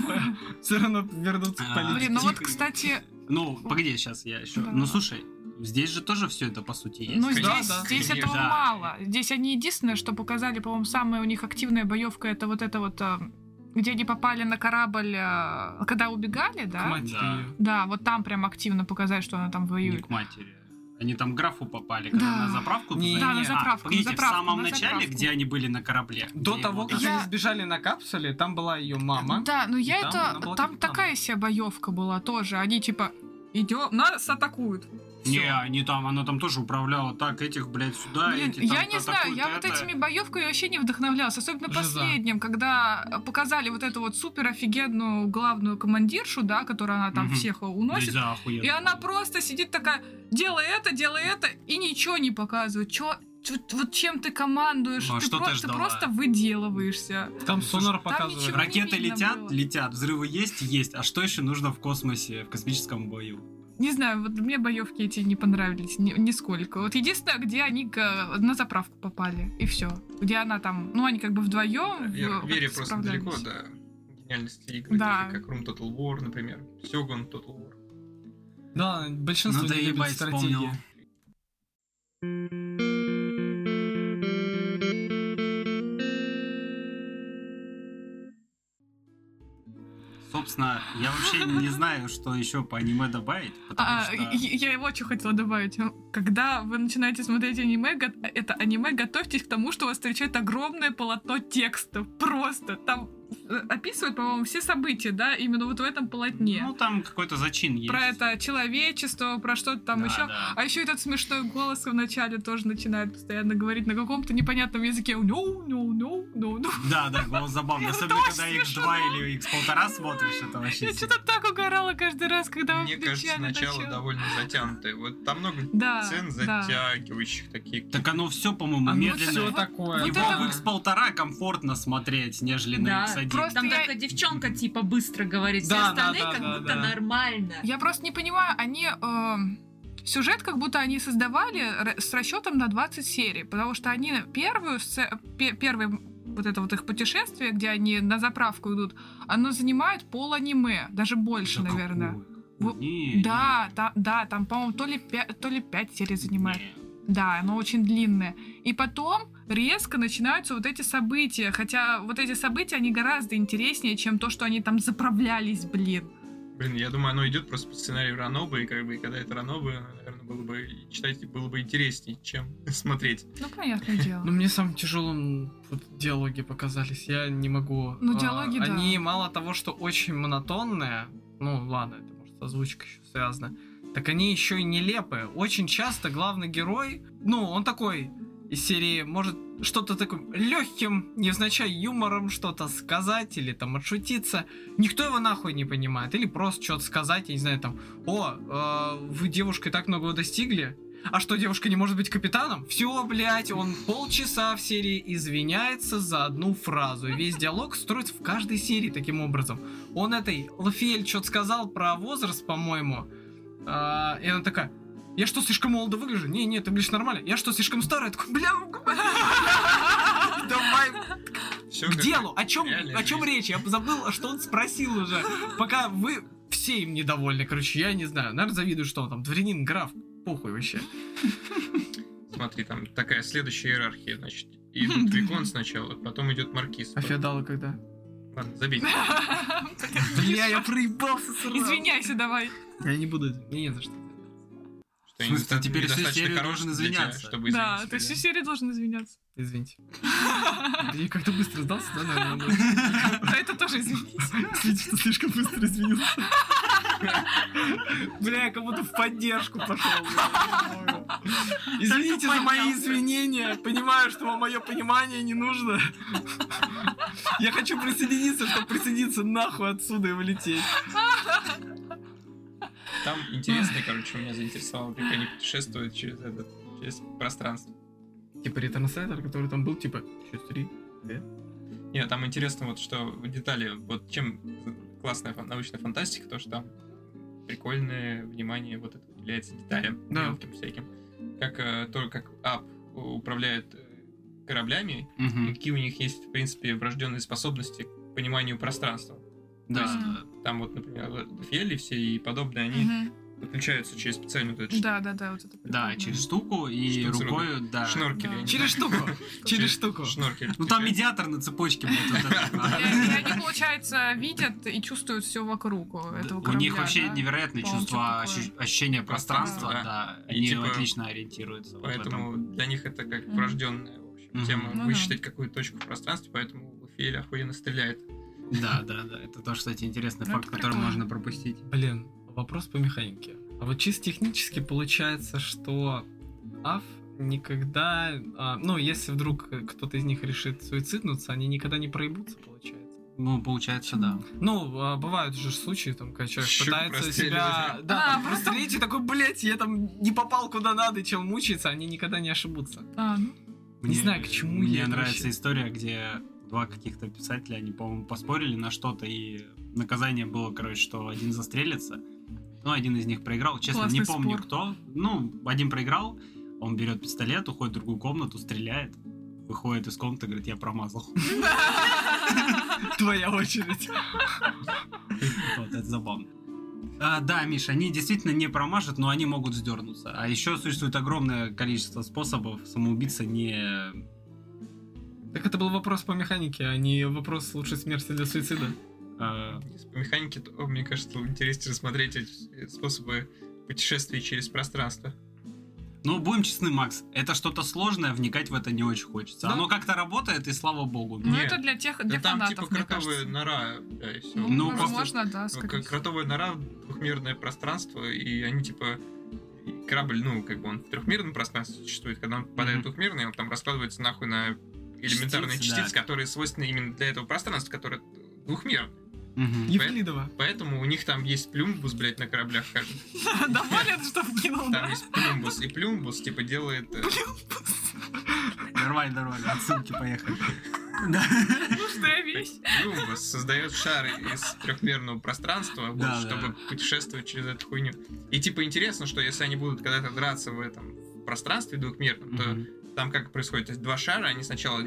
Speaker 3: все равно вернуться к
Speaker 1: А,
Speaker 3: политике.
Speaker 5: Блин, ну вот,
Speaker 1: Тихо.
Speaker 5: кстати,
Speaker 1: Ну, погоди, сейчас я еще.
Speaker 5: Да.
Speaker 1: Ну, слушай, здесь же тоже все это по сути есть.
Speaker 5: ну
Speaker 4: конечно,
Speaker 5: здесь,
Speaker 3: да,
Speaker 5: здесь
Speaker 1: конечно.
Speaker 5: этого
Speaker 1: Да.
Speaker 5: мало. Здесь они единственное, что показали, по-моему, самая у них активная боевка, это вот это вот, а, где они попали на корабль, а, когда убегали,
Speaker 3: К
Speaker 5: да?
Speaker 3: матери
Speaker 1: Да.
Speaker 3: её.
Speaker 5: Да, вот там прям активно показали, что она там
Speaker 1: Не
Speaker 5: воюет.
Speaker 1: к матери. Они там к графу попали, когда
Speaker 5: Да.
Speaker 1: на заправку
Speaker 3: Не,
Speaker 1: туда
Speaker 5: Да,
Speaker 1: идти.
Speaker 5: на
Speaker 1: А,
Speaker 5: заправку,
Speaker 1: погодите,
Speaker 5: на заправку,
Speaker 1: в самом
Speaker 5: на
Speaker 1: начале,
Speaker 5: заправку.
Speaker 1: где они были на корабле.
Speaker 3: До
Speaker 1: где
Speaker 3: того,
Speaker 1: его-
Speaker 3: как
Speaker 5: Я-
Speaker 3: они сбежали на капсуле, там была ее мама.
Speaker 5: Да, но
Speaker 3: И там
Speaker 5: я
Speaker 3: она
Speaker 5: это...
Speaker 3: была
Speaker 5: Там
Speaker 3: капитаном.
Speaker 5: такая себе боевка была тоже. Они типа, идем, нас атакуют.
Speaker 1: Не,
Speaker 5: Всё.
Speaker 1: они там, она там тоже управляла так, этих, блядь, сюда,
Speaker 5: Блин,
Speaker 1: эти там
Speaker 5: я не знаю,
Speaker 1: атакуют,
Speaker 5: я вот
Speaker 1: это.
Speaker 5: этими боевками вообще не вдохновлялась, особенно
Speaker 3: Жиза.
Speaker 5: последним, когда показали вот эту вот супер офигенную главную командиршу, да, которая она там
Speaker 1: Мгм.
Speaker 5: всех уносит.
Speaker 1: Нельзя, охуенно.
Speaker 5: И она просто сидит такая, делай это, делай это, и ничего не показывает. Чё, чё- вот чем ты командуешь,
Speaker 1: Ну, а
Speaker 5: ты,
Speaker 1: что ты
Speaker 5: просто,
Speaker 1: ждала?
Speaker 5: просто выделываешься.
Speaker 3: Там сонор
Speaker 5: ничего
Speaker 3: показывает.
Speaker 5: не
Speaker 1: Ракеты
Speaker 5: видно
Speaker 1: летят,
Speaker 5: было.
Speaker 1: летят, взрывы есть, есть. А что еще нужно в космосе, в космическом бою?
Speaker 5: Не знаю, вот мне боевки эти не понравились ни- нисколько. Вот единственное, где они к- на заправку попали, и все. Где она там, ну они как бы вдвоем.
Speaker 4: Вер- Вере просто далеко, да. Гениальность игры,
Speaker 5: Да.
Speaker 4: такие как Room Total War, например, Сёгун Total War.
Speaker 3: Да, большинство
Speaker 1: Надо
Speaker 3: не любит
Speaker 1: Ну ебать, вспомнил.
Speaker 3: стратегии.
Speaker 1: Собственно, я вообще не знаю, что еще по аниме добавить, потому
Speaker 5: А,
Speaker 1: что...
Speaker 5: и- и- я вот что хотела добавить. Когда вы начинаете смотреть аниме, го- это аниме, готовьтесь к тому, что вас встречает огромное полотно текста. Просто там э, описывают, по-моему, все события, да, именно вот в этом полотне.
Speaker 1: Ну, там какой-то зачин есть.
Speaker 5: про это человечество, про что-то там
Speaker 1: Да,
Speaker 5: еще.
Speaker 1: да.
Speaker 5: А еще этот смешной голос в начале тоже начинает постоянно говорить на каком-то непонятном языке. «Ну, No, no, no, no, no.
Speaker 1: Да, да, голос забавный.
Speaker 5: Это
Speaker 1: Особенно, когда
Speaker 5: очень
Speaker 1: X2 или X1,5 смотришь, это вообще... сильно.
Speaker 5: Я что-то так угорала каждый раз, когда
Speaker 4: Мне
Speaker 5: вы
Speaker 4: кажется,
Speaker 5: включали
Speaker 4: начало довольно затянутое. Вот там много
Speaker 5: Да,
Speaker 4: сцен
Speaker 5: да.
Speaker 4: затягивающих таких.
Speaker 1: Так оно все, по-моему,
Speaker 3: Оно
Speaker 1: медленно.
Speaker 3: все
Speaker 5: вот-
Speaker 3: А ну такое.
Speaker 5: вот
Speaker 1: Его
Speaker 5: это
Speaker 1: в X1,5 комфортно смотреть, нежели
Speaker 2: Да,
Speaker 1: на X1.
Speaker 5: просто-
Speaker 2: Там
Speaker 5: Я-
Speaker 2: только девчонка типа быстро говорит, все
Speaker 3: Да, да,
Speaker 2: остальные
Speaker 3: да,
Speaker 2: как
Speaker 3: да,
Speaker 2: будто
Speaker 3: да.
Speaker 2: нормально.
Speaker 5: Я просто не понимаю, они... эм, Сюжет как будто они создавали р- с расчетом на 20 серий, потому что они первую сце- пе- первое вот это вот их путешествие, где они на заправку идут, оно занимает пол аниме, даже больше,
Speaker 1: Да
Speaker 5: наверное.
Speaker 1: какую?
Speaker 5: Во-
Speaker 1: Не,
Speaker 5: Да, та- да, там, по-моему, то ли, пя- то ли 5 серий
Speaker 1: не,
Speaker 5: занимает.
Speaker 1: не.
Speaker 5: Да, оно очень длинное. И потом резко начинаются вот эти события. Хотя вот эти события, они гораздо интереснее, чем то, что они там заправлялись, блин.
Speaker 4: Блин, я думаю, оно идет просто по сценарию Ранобы, и как бы и когда это Ранобы, наверное, было бы и читать было бы интереснее, чем смотреть.
Speaker 5: Ну, понятное дело.
Speaker 3: Ну, мне самым тяжелым вот диалоги показались. Я не могу.
Speaker 5: Ну,
Speaker 3: А,
Speaker 5: диалоги, да.
Speaker 3: Они мало того, что очень монотонные, ну ладно, это может с озвучкой еще связано, так они еще и нелепые. Очень часто главный герой, ну, он такой из серии может что-то таким легким, невзначай юмором что-то сказать или там отшутиться. Никто его нахуй не понимает. Или просто что-то сказать, я не знаю, там, о, э, вы девушкой так многого достигли, а что, девушка не может быть капитаном? Все, блядь, он полчаса в серии извиняется за одну фразу. И весь диалог строится в каждой серии таким образом. Он этой, Лафиэль что-то сказал про возраст, по-моему. А, и она такая, я что, слишком молодо выгляжу? Не, не, ты лишь нормально. Я что, слишком старая? Я такой, бля, ну, давай
Speaker 4: Все
Speaker 3: к делу. О чем,
Speaker 4: реальная
Speaker 3: о чем
Speaker 4: жизнь.
Speaker 3: речь? Я забыл, что он спросил уже. Пока вы все им недовольны, короче, я не знаю. Наверное, завидую, что он там дворянин, граф, похуй вообще.
Speaker 4: смотри, там такая следующая иерархия, значит. Идут Викон сначала, потом идет Маркиз.
Speaker 3: А Феодалы когда?
Speaker 4: Ладно, забей.
Speaker 3: Бля, я проебался сразу.
Speaker 5: Извиняйся давай.
Speaker 3: Я не буду, мне не за что.
Speaker 4: Что
Speaker 1: В смысле,
Speaker 4: недоста-
Speaker 1: теперь всю
Speaker 4: недостаточно
Speaker 1: серию
Speaker 4: хорош
Speaker 1: должен
Speaker 4: для тебя,
Speaker 1: извиняться?
Speaker 4: чтобы
Speaker 5: Да,
Speaker 4: извиниться,
Speaker 5: ты всю серию должен извиняться.
Speaker 3: Извините. Я как-то быстро сдался, да, наверное?
Speaker 5: За А это тоже извинись.
Speaker 3: Извините, что слишком быстро извинился. Бля, я как будто в поддержку пошел. Извините за мои извинения. Понимаю, что вам мое понимание не нужно. Я хочу присоединиться, чтобы присоединиться нахуй отсюда и улететь.
Speaker 4: Там интересный, короче, меня заинтересовало, как они путешествуют через этот через пространство.
Speaker 3: Типа ретранслятор, который там был, типа, через три.
Speaker 4: Нет, там интересно вот что в детали, вот чем классная фан- научная фантастика, то что там прикольное внимание вот это уделяется деталям
Speaker 3: Да.
Speaker 4: мелким всяким. Как э, то, как Ап управляет э, кораблями, и
Speaker 1: Мгм.
Speaker 4: какие у них есть, в принципе, врожденные способности к пониманию пространства.
Speaker 1: Да. э,
Speaker 4: Там вот, например, Фелли все и подобные, они
Speaker 5: Мгм.
Speaker 4: подключаются через специальную вот эту
Speaker 5: Да, да, да, вот это.
Speaker 1: Да,
Speaker 5: прикольно.
Speaker 1: через штуку и
Speaker 4: Штуцер,
Speaker 1: рукой, да.
Speaker 4: шноркель.
Speaker 5: Да.
Speaker 4: я не
Speaker 3: Через штуку. Через штуку.
Speaker 4: Шноркель.
Speaker 1: Ну там медиатор на цепочке будет. вот этот,
Speaker 5: И
Speaker 1: да.
Speaker 5: они, и они, получается, видят и чувствуют все вокруг у этого
Speaker 1: У
Speaker 5: корабля,
Speaker 1: них вообще
Speaker 5: да?
Speaker 1: невероятное
Speaker 5: По-моему,
Speaker 1: чувство
Speaker 5: что-то
Speaker 1: ощу- ощущения
Speaker 4: Пространство,
Speaker 1: пространства, да. Они
Speaker 4: типа,
Speaker 1: отлично ориентируются. вот в этом.
Speaker 4: Поэтому для них это как
Speaker 5: Мгм.
Speaker 4: врожденная в общем,
Speaker 1: Мгм.
Speaker 4: тема
Speaker 5: Ну
Speaker 4: высчитать какую точку в пространстве, поэтому Фиэль охуенно стреляет.
Speaker 1: Да, да, да. Это тоже, кстати, интересный
Speaker 5: Ну,
Speaker 1: факт,
Speaker 5: это
Speaker 1: который
Speaker 5: прикольно.
Speaker 1: можно пропустить.
Speaker 3: Блин, вопрос по механике. А вот чисто технически получается, что АФ никогда... а, ну, если вдруг кто-то из них решит суициднуться, они никогда не проебутся, получается.
Speaker 1: Ну, получается, да.
Speaker 3: Ну, а, бывают же случаи, там, когда человек
Speaker 4: Щуп
Speaker 3: пытается
Speaker 4: простреливает.
Speaker 3: себя... Да,
Speaker 5: А,
Speaker 3: там просто видите, такой, блядь, я там не попал куда надо, чем мучается, они никогда не ошибутся.
Speaker 5: А, ну,
Speaker 3: Не знаю, к чему я
Speaker 1: Мне
Speaker 3: это
Speaker 1: нравится
Speaker 3: вообще.
Speaker 1: история, где два каких-то писателя, они, по-моему, поспорили на что-то, и наказание было, короче, что один застрелится, ну, один из них проиграл, честно, не
Speaker 5: Классный
Speaker 1: помню
Speaker 5: спор.
Speaker 1: кто. Ну, один проиграл, он берет пистолет, уходит в другую комнату, стреляет, выходит из комнаты, говорит, я промазал.
Speaker 3: Твоя очередь.
Speaker 1: Типа, Вот это забавно. А, да, Миш, они действительно не промажут, но они могут сдернуться. А еще существует огромное количество способов самоубийца не
Speaker 3: Так это был вопрос по механике, а не вопрос лучше смерти для суицида.
Speaker 1: э,
Speaker 4: Если По механике, то, мне кажется, интереснее рассмотреть эти э, способы путешествий через пространство.
Speaker 1: Ну, будем честны, Макс, это что-то сложное, вникать в это не очень хочется.
Speaker 3: Да.
Speaker 1: Оно как-то работает, и слава богу.
Speaker 5: ну
Speaker 4: Нет.
Speaker 5: это для тех, для
Speaker 4: Да там
Speaker 5: фанатов,
Speaker 4: типа
Speaker 5: мне
Speaker 4: кротовая
Speaker 5: кажется.
Speaker 4: нора, да, и все.
Speaker 5: Ну,
Speaker 1: Ну,
Speaker 5: возможно, да, скорее всего.
Speaker 4: кротовая нора, двухмерное пространство, и они типа и корабль, ну, как бы он в трехмерном пространстве существует, когда он попадает в
Speaker 1: Мгм.
Speaker 4: двухмерный, он там раскладывается нахуй на элементарные
Speaker 1: Частицы,
Speaker 4: частицы,
Speaker 1: да.
Speaker 4: которые свойственны именно для этого пространства, которое двухмерно.
Speaker 1: Мгм.
Speaker 3: Евклидова.
Speaker 4: Поэтому у них там есть плюмбус, блядь, на кораблях, кажется.
Speaker 5: Доволен, что вкинул,
Speaker 4: Там
Speaker 5: да?
Speaker 4: есть плюмбус, и плюмбус, типа, делает... э,
Speaker 1: Нормально, нормально. Отсылки, поехали. Да.
Speaker 5: Нужная вещь.
Speaker 4: Плюмбус ну, создает шары из трехмерного пространства, вот,
Speaker 1: Да,
Speaker 4: чтобы путешествовать через эту хуйню. И, типа, интересно, что если они будут когда-то драться в этом пространстве двухмерном, то
Speaker 1: Мгм.
Speaker 4: там как происходит, то есть два шара, они сначала,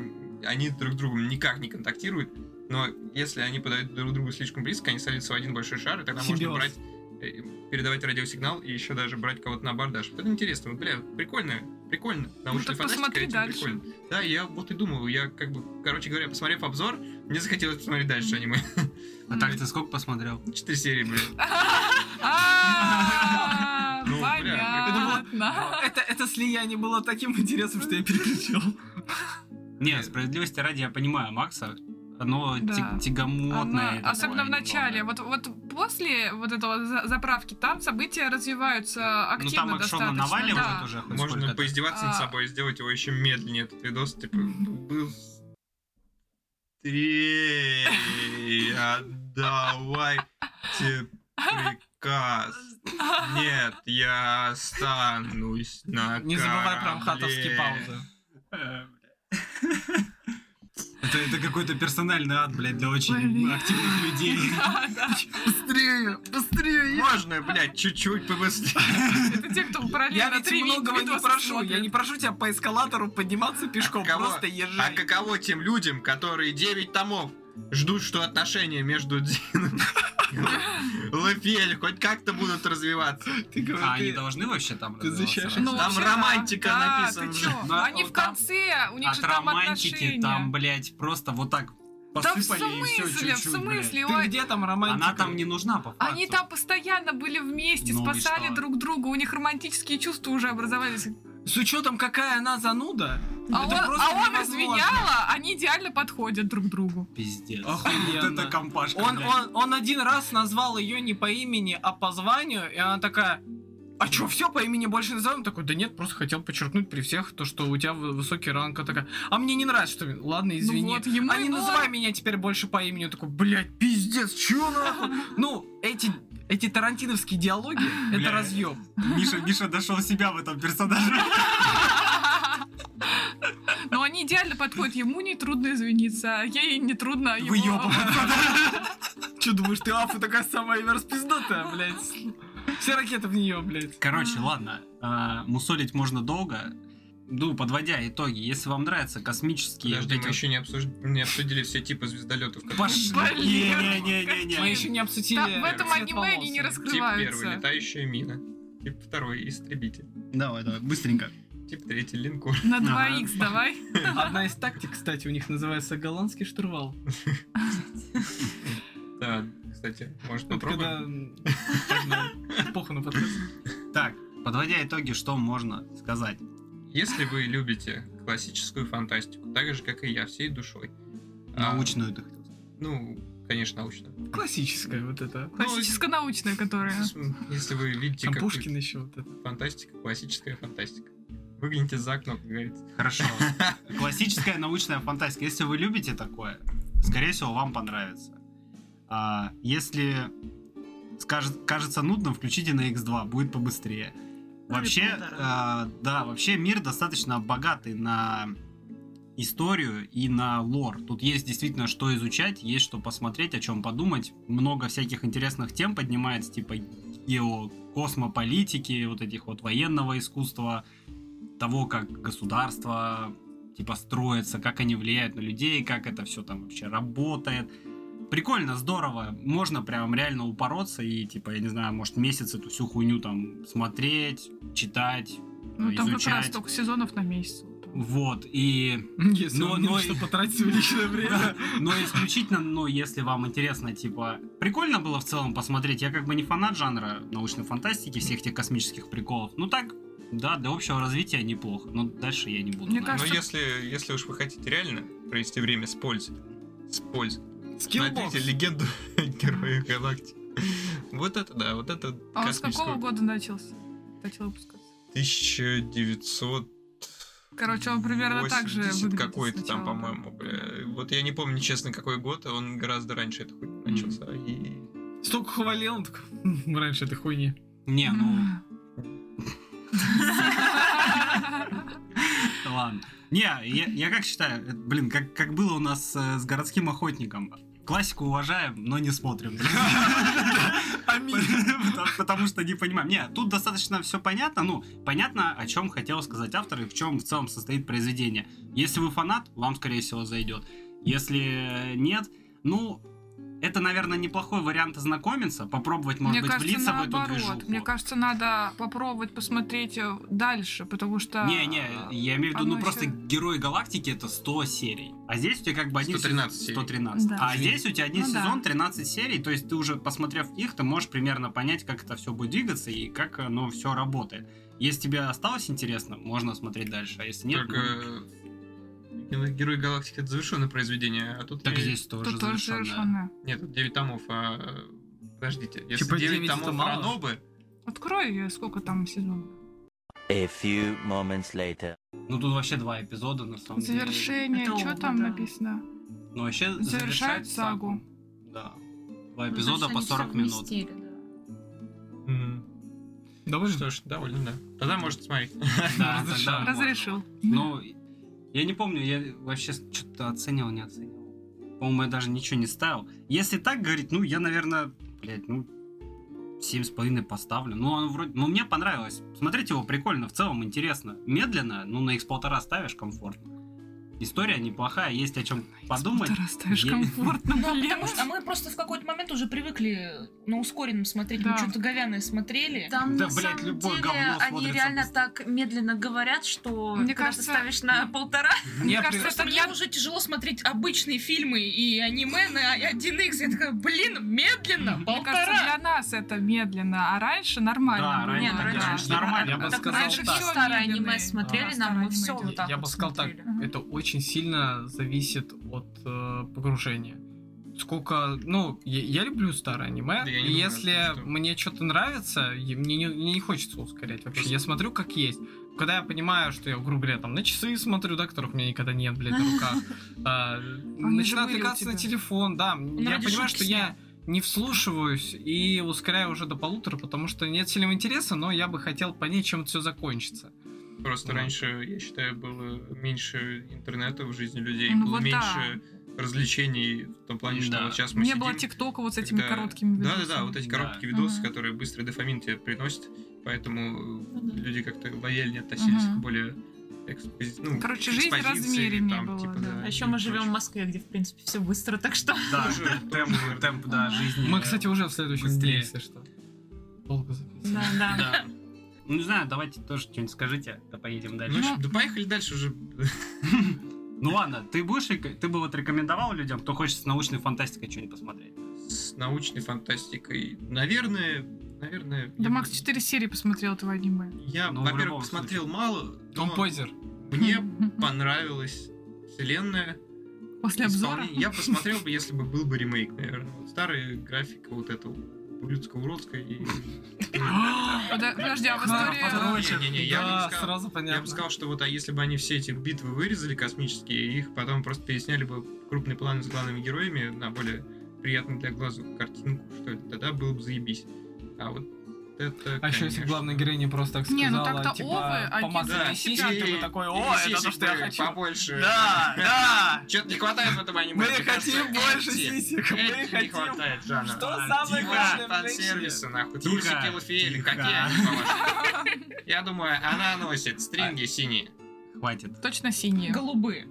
Speaker 4: они друг с другом никак не контактируют, но если они подают друг другу слишком близко, они садятся в один большой шар, и тогда
Speaker 3: Симбиоз.
Speaker 4: можно брать, э, передавать радиосигнал и еще даже брать кого-то на бордаж. Вот Это интересно, вот, бля, прикольно, прикольно. Научная
Speaker 5: Ну так
Speaker 4: фантастика,
Speaker 5: посмотри
Speaker 4: этим
Speaker 5: дальше.
Speaker 4: прикольно. Да, я вот и думал, я как бы, короче говоря, посмотрев обзор, мне захотелось посмотреть дальше аниме.
Speaker 1: А так ты сколько посмотрел?
Speaker 4: Четыре серии, бля.
Speaker 5: А,
Speaker 4: Ну, бля,
Speaker 5: Понятно.
Speaker 3: Это, это слияние было таким интересным, что я переключил.
Speaker 1: Не, справедливости ради, я понимаю Макса. Оно
Speaker 5: Да.
Speaker 1: тя-
Speaker 5: Она-
Speaker 1: тягомотное. такое
Speaker 5: особенно в
Speaker 1: немного.
Speaker 5: начале. Вот, вот после вот этого за- заправки там события развиваются
Speaker 1: Ну
Speaker 5: активно
Speaker 1: там
Speaker 5: достаточно.
Speaker 1: экшон наваливают
Speaker 5: да.
Speaker 1: уже хоть
Speaker 4: Можно
Speaker 1: сколько-то.
Speaker 4: поиздеваться над
Speaker 5: А.
Speaker 4: собой и сделать его еще медленнее. Этот видос, типа, был... Три, А отдавайте приказ. Нет, я останусь на
Speaker 3: Не забывай про
Speaker 4: корабле».
Speaker 3: амхатовские паузы.
Speaker 1: Э,
Speaker 5: А,
Speaker 1: бля. Это, это какой-то персональный ад, блядь, для очень
Speaker 5: Блин.
Speaker 1: активных людей.
Speaker 5: Да, да.
Speaker 3: Быстрее, быстрее.
Speaker 4: Можно, блядь, чуть-чуть побыстрее.
Speaker 5: Это те, кто
Speaker 3: Я
Speaker 5: параллельно
Speaker 3: ведь
Speaker 5: три
Speaker 3: многого не
Speaker 5: видоса
Speaker 3: прошу.
Speaker 5: смотрят.
Speaker 3: Я не прошу тебя по эскалатору подниматься пешком.
Speaker 4: кого?
Speaker 3: Просто
Speaker 4: А
Speaker 3: езжай.
Speaker 4: каково тем людям, которые 9 томов ждут, что отношения между Дином и Лафиэль хоть как-то будут развиваться.
Speaker 3: Ты говоришь,
Speaker 1: А они
Speaker 3: ты-
Speaker 1: должны вообще там
Speaker 3: ты
Speaker 1: развиваться
Speaker 3: защищаешь-
Speaker 1: раз?
Speaker 5: Ну,
Speaker 4: Там
Speaker 5: вообще,
Speaker 4: романтика
Speaker 5: да,
Speaker 4: написана
Speaker 5: ты
Speaker 4: же.
Speaker 5: чё?
Speaker 1: Да,
Speaker 5: Они
Speaker 1: вот
Speaker 5: в
Speaker 1: там-
Speaker 5: конце, у них
Speaker 1: От
Speaker 5: же там
Speaker 1: романтики
Speaker 5: отношения.
Speaker 1: там, блядь, просто вот так
Speaker 5: Да в
Speaker 1: посыпали и все
Speaker 5: смысле, в
Speaker 1: чуть-чуть, блядь.
Speaker 5: смысле?
Speaker 3: Ты
Speaker 5: ой,
Speaker 3: где там романтика?
Speaker 1: Она там не нужна, по факту.
Speaker 5: Они там постоянно были вместе,
Speaker 1: Ну и
Speaker 5: спасали
Speaker 1: что?
Speaker 5: друг друга, у них романтические чувства уже образовались.
Speaker 3: С учетом, какая она зануда,
Speaker 5: А он,
Speaker 3: Это просто
Speaker 5: а он
Speaker 3: невозможно.
Speaker 5: извиняла, они идеально подходят друг другу.
Speaker 1: Пиздец.
Speaker 3: Охуенно.
Speaker 1: Вот это компашка,
Speaker 3: он,
Speaker 1: блядь.
Speaker 3: он, он один раз назвал ее не по имени, а по званию, и она такая... А чё, все по имени больше не называем? Он Такой, да нет, просто хотел подчеркнуть при всех то, что у тебя вы- высокий ранг. Она такая, а мне не нравится, что... Ладно, извини.
Speaker 5: Ну вот, ему
Speaker 3: а не
Speaker 5: и норм.
Speaker 3: называй меня теперь больше по имени. Он такой, блядь, пиздец, чё нахуй? Ну, эти, эти тарантиновские диалоги,
Speaker 1: Бля.
Speaker 3: это разъем.
Speaker 1: Миша, Миша дошел себя в этом персонаже.
Speaker 5: Но они идеально подходят, ему не трудно извиниться, а ей не трудно его...
Speaker 3: Че думаешь, ты афу такая самая верспиздатая, блядь? Все ракеты в нее, блядь.
Speaker 1: Короче, ладно, а, мусолить можно долго. Ну, подводя итоги, если вам нравятся космические...
Speaker 4: Подожди,
Speaker 1: вот эти
Speaker 4: мы еще не, обсуж- не обсудили все типы звездолетов.
Speaker 1: вот-
Speaker 4: которые-
Speaker 1: Пошли.
Speaker 5: Блин,
Speaker 1: Не-не-не-не-не.
Speaker 3: Мы еще не обсудили
Speaker 5: Там в этом
Speaker 3: цвет
Speaker 5: аниме они не
Speaker 3: волос.
Speaker 4: Тип первый,
Speaker 5: раскрываются.
Speaker 4: летающая мина. Тип второй, истребитель.
Speaker 1: Давай, давай, быстренько.
Speaker 4: Тип третий, линкор.
Speaker 5: На
Speaker 1: Ага.
Speaker 5: 2х давай.
Speaker 3: Одна из тактик, кстати, у них называется голландский штурвал.
Speaker 1: Ну,
Speaker 4: Да, кстати, может
Speaker 3: Вот когда...
Speaker 4: попробуем?
Speaker 3: м, можно Похуй на подкаст.
Speaker 1: Так, подводя итоги, что можно сказать?
Speaker 4: Если вы любите классическую фантастику, так же, как и я, всей душой. а,
Speaker 1: Научную ты хотел сказать.
Speaker 4: Ну, конечно, научную.
Speaker 3: Классическая вот это.
Speaker 5: Классическо-научная, которая.
Speaker 4: Если вы видите
Speaker 3: Там
Speaker 4: какую
Speaker 3: Пушкин еще вот это.
Speaker 4: фантастика, классическая фантастика. Выгляните за окно, как говорится.
Speaker 1: Хорошо. Классическая научная фантастика. Если вы любите такое, скорее всего, вам понравится. А, если скаж- кажется нудным, включите на X2, будет побыстрее. Вообще,
Speaker 2: полтора.
Speaker 1: а, да, вообще мир достаточно богатый на историю и на лор. Тут есть действительно что изучать, есть что посмотреть, о чем подумать. Много всяких интересных тем поднимается, типа гео космополитики, вот этих вот военного искусства, того, как государство типа строится, как они влияют на людей, как это все там вообще работает. Прикольно, здорово. Можно прям реально упороться и, типа, я не знаю, может, месяц эту всю хуйню там смотреть, читать,
Speaker 5: Ну там как раз
Speaker 1: изучать.
Speaker 5: столько сезонов на месяц.
Speaker 1: Вот, и...
Speaker 3: Если
Speaker 1: Но-
Speaker 3: он
Speaker 1: но
Speaker 3: не
Speaker 1: и-
Speaker 3: что потратил личное время.
Speaker 1: Но исключительно, ну, если вам интересно, типа, прикольно было в целом посмотреть. Я как бы не фанат жанра научной фантастики, всех тех космических приколов. Ну так, да, для общего развития неплохо. Но дальше я не буду.
Speaker 5: Мне
Speaker 1: наверное.
Speaker 5: кажется,
Speaker 4: Но если, если уж вы хотите реально провести время с пользой, с пользой,
Speaker 3: Скиллбокс.
Speaker 4: смотрите легенду Героев Галактики. Вот это да, вот это
Speaker 5: А он с какого
Speaker 4: космического-
Speaker 5: года начался? Хотела бы сказать.
Speaker 4: 1900
Speaker 5: Короче, он примерно так же
Speaker 4: 80
Speaker 5: выглядит
Speaker 4: какой-то там,
Speaker 5: сначала, да.
Speaker 4: по-моему. бля. Вот я не помню, честно, какой год, он гораздо раньше это хуй начался. И...
Speaker 3: Столько хвалил, он такой, «М, раньше этой хуйни.
Speaker 1: Не, ну, Ладно. Не, я, я как считаю, э, блин, как, как было у нас э, с городским охотником. Классику уважаем, но не смотрим.
Speaker 3: Аминь.
Speaker 1: Потому- Потому что не понимаем. Не, тут достаточно все понятно. Ну, понятно, о чем хотел сказать автор и в чем в целом состоит произведение. Если вы фанат, вам, скорее всего, зайдет. Если нет, ну, это, наверное, неплохой вариант ознакомиться, попробовать, может
Speaker 5: Мне
Speaker 1: быть,
Speaker 5: кажется,
Speaker 1: влиться в эту
Speaker 5: наоборот.
Speaker 1: движуху.
Speaker 5: Мне кажется, надо попробовать посмотреть э, дальше, потому что... Э,
Speaker 1: Не, не, я имею в виду, ну
Speaker 5: А, оно
Speaker 1: просто
Speaker 5: ещё-
Speaker 1: Герой Галактики это 100 серий. А здесь у тебя как бы один
Speaker 4: 113
Speaker 1: сезон-
Speaker 4: серий.
Speaker 1: 113.
Speaker 5: Да.
Speaker 1: А здесь у тебя один
Speaker 5: Ну да.
Speaker 1: сезон, 13 серий, то есть ты уже, посмотрев их, ты можешь примерно понять, как это все будет двигаться и как оно все работает. Если тебе осталось интересно, можно смотреть дальше, а если нет,
Speaker 4: Только э, Герой Галактики это завершенное произведение, а
Speaker 1: ну,
Speaker 4: тут
Speaker 1: так
Speaker 4: я-
Speaker 1: здесь тоже
Speaker 5: э, Тут тоже
Speaker 1: завершённое.
Speaker 5: совершенно.
Speaker 4: Нет, тут 9 томов, а... э, Подождите, если
Speaker 3: Типа
Speaker 4: 9
Speaker 3: 9
Speaker 4: томов
Speaker 3: это мало?
Speaker 4: Ранобы,
Speaker 5: Открой, э, сколько там сезонов.
Speaker 7: A few moments later.
Speaker 1: Ну тут вообще два эпизода на самом деле.
Speaker 5: Завершение,
Speaker 2: Это
Speaker 5: что
Speaker 2: оба,
Speaker 5: там
Speaker 2: да.
Speaker 5: написано?
Speaker 1: Ну вообще
Speaker 5: Завершают
Speaker 1: завершает
Speaker 5: сагу. Ну,
Speaker 1: Да. Два
Speaker 2: Ну,
Speaker 1: эпизода по 40 минут.
Speaker 4: м,
Speaker 3: Довольно?
Speaker 4: что ж, довольно, да. Тогда можете смотреть.
Speaker 5: А
Speaker 1: Да,
Speaker 3: Разрешил.
Speaker 1: тогда можно.
Speaker 5: Разрешил.
Speaker 1: Ну, я не помню, я вообще что-то оценил, не оценил. По-моему, я даже ничего не ставил. Если так говорить, ну, я, наверное, блядь, ну, семь с половиной поставлю. Ну, он вроде... Ну, мне понравилось. Смотреть его прикольно, в целом интересно. Медленно, ну, на X полтора ставишь комфортно. История неплохая, есть о чем подумать.
Speaker 5: Ты растаешь
Speaker 1: Е-
Speaker 5: комфортно,
Speaker 8: Да,
Speaker 5: блин.
Speaker 8: потому что мы просто в какой-то момент уже привыкли на ускоренном смотреть.
Speaker 5: Да.
Speaker 8: Мы что-то говяное смотрели.
Speaker 9: Там
Speaker 1: Да,
Speaker 9: на
Speaker 1: блядь,
Speaker 9: самом
Speaker 1: любое
Speaker 9: деле
Speaker 1: говно
Speaker 9: они
Speaker 1: смотрится
Speaker 9: реально
Speaker 1: просто.
Speaker 9: так медленно говорят, что
Speaker 5: Мне
Speaker 9: Мне когда
Speaker 5: кажется-
Speaker 9: ты ставишь на полтора,
Speaker 3: Я при-
Speaker 5: кажется,
Speaker 8: Просто
Speaker 5: Просто
Speaker 8: мне
Speaker 5: я-
Speaker 8: уже тяжело смотреть обычные фильмы и аниме на 1x. Я такая, блин, медленно,
Speaker 5: Мне кажется,
Speaker 8: полтора.
Speaker 5: для нас это медленно, а раньше нормально.
Speaker 1: Да,
Speaker 5: было.
Speaker 1: раньше
Speaker 9: Не,
Speaker 1: так,
Speaker 9: раньше
Speaker 1: конечно,
Speaker 9: не
Speaker 1: нормально.
Speaker 3: Я бы
Speaker 5: так
Speaker 3: А сказал
Speaker 5: раньше
Speaker 3: так.
Speaker 5: всё
Speaker 9: старое аниме
Speaker 5: медленное.
Speaker 9: смотрели,
Speaker 5: Да,
Speaker 9: нам
Speaker 5: старое
Speaker 9: мы все
Speaker 5: аниме.
Speaker 9: вот так
Speaker 3: Я
Speaker 9: вот
Speaker 3: бы сказал так,
Speaker 9: смотрели. Мгм.
Speaker 3: это очень сильно зависит от э, погружения. Сколько, ну, я, я люблю старое аниме.
Speaker 4: Да я не
Speaker 3: и
Speaker 4: люблю,
Speaker 3: если
Speaker 4: потому что-
Speaker 3: мне что-то нравится, и мне не, мне не хочется ускорять вообще. Я смотрю как есть. Когда я понимаю, что я, грубо говоря, там на часы смотрю, да, которых у меня никогда нет, блядь, на руках, а, начинаю
Speaker 5: были у
Speaker 3: отвлекаться на
Speaker 5: тебя. Ну,
Speaker 3: телефон, да. Я
Speaker 8: ради
Speaker 3: понимаю,
Speaker 8: шутки
Speaker 3: что я не вслушиваюсь и ускоряю уже до полутора, потому что нет сильного интереса, но я бы хотел понять, чем это все закончится.
Speaker 4: Просто
Speaker 3: Да.
Speaker 4: раньше, я считаю, было меньше интернета в жизни людей,
Speaker 5: Ну
Speaker 4: было
Speaker 5: вот да.
Speaker 4: меньше развлечений в том плане, что
Speaker 1: Да.
Speaker 4: вот сейчас мы
Speaker 5: Не
Speaker 4: сидим,
Speaker 5: было тиктока вот с этими
Speaker 4: когда-
Speaker 5: короткими
Speaker 4: Да,
Speaker 5: видосами.
Speaker 4: да, да, вот эти
Speaker 1: Да.
Speaker 4: короткие видосы,
Speaker 5: Ага.
Speaker 4: которые быстрый дофамин тебе приносят, поэтому э,
Speaker 9: Ну да.
Speaker 4: люди как-то лояльнее относились
Speaker 5: Ага.
Speaker 4: к более экспози... ну,
Speaker 5: Короче, жизнь
Speaker 4: экспозиции,
Speaker 5: размереннее
Speaker 4: там,
Speaker 5: была,
Speaker 4: типа,
Speaker 5: да.
Speaker 4: да,
Speaker 9: А еще
Speaker 4: и
Speaker 9: мы живем в
Speaker 4: прочее.
Speaker 9: Москве, где, в принципе, все быстро, так что...
Speaker 1: Да,
Speaker 4: Тоже,
Speaker 1: темп,
Speaker 4: тоже.
Speaker 1: темп, да, жизни.
Speaker 3: Мы, кстати, уже в следующем
Speaker 1: быстрее.
Speaker 3: дне, если что. Долго записываем.
Speaker 9: Да, да.
Speaker 1: Да. Ну, не знаю, давайте тоже что-нибудь скажите, да поедем
Speaker 4: Ну,
Speaker 1: дальше.
Speaker 4: ш- да поехали дальше уже.
Speaker 1: Ну ладно, ты будешь, рек- ты бы вот рекомендовал людям, кто хочет с научной фантастикой что-нибудь посмотреть?
Speaker 4: С научной фантастикой. Наверное, наверное...
Speaker 5: Да,
Speaker 4: я-
Speaker 5: Макс, 4 серии посмотрел этого аниме.
Speaker 4: Я,
Speaker 1: Ну, в
Speaker 4: во-первых,
Speaker 1: любом
Speaker 4: посмотрел мало,
Speaker 3: Том
Speaker 4: но
Speaker 3: Пойзер.
Speaker 4: мне понравилась вселенная.
Speaker 5: После обзора.
Speaker 4: Исполнение. Я посмотрел бы, если бы был бы ремейк, наверное. Вот Старая графика вот эта ублюдско-уродская. и-
Speaker 5: Подо- Подожди, а в
Speaker 4: Хорошо.
Speaker 5: истории...
Speaker 4: Не-не-не, я бы не
Speaker 3: Да,
Speaker 4: сказал.
Speaker 3: сразу
Speaker 4: Я бы
Speaker 3: понятно.
Speaker 4: сказал, что вот а если бы они все эти битвы вырезали космические, и их потом просто пересняли бы в крупный план с главными героями на более приятную для глазу картинку, что ли, тогда было бы заебись. А вот это,
Speaker 3: А еще если
Speaker 4: конечно.
Speaker 3: главная героиня просто так сказала,
Speaker 5: Не, ну так-то овы,
Speaker 3: типа,
Speaker 5: а
Speaker 3: помазали
Speaker 5: кисти
Speaker 3: сиськи,
Speaker 5: сипят.
Speaker 3: и вы такой, о, это то, что я хочу.
Speaker 4: Побольше.
Speaker 3: Да, да!
Speaker 4: Чё-то не хватает в этом аниме.
Speaker 3: Мы
Speaker 4: мне кажется,
Speaker 3: хотим больше
Speaker 4: эти-
Speaker 3: сисек,
Speaker 4: эти
Speaker 3: мы
Speaker 4: не
Speaker 3: хотим...
Speaker 4: хватает, Жанна.
Speaker 3: Что
Speaker 1: А,
Speaker 3: самое
Speaker 1: тихо,
Speaker 3: главное в женщине?
Speaker 4: фан-сервиса, нахуй.
Speaker 1: Тихо,
Speaker 4: Трусики Лафиэль,
Speaker 1: тихо.
Speaker 4: какие они, по-вашему? Я думаю, она носит стринги синие.
Speaker 1: Хватит.
Speaker 5: Точно синие.
Speaker 8: Голубые.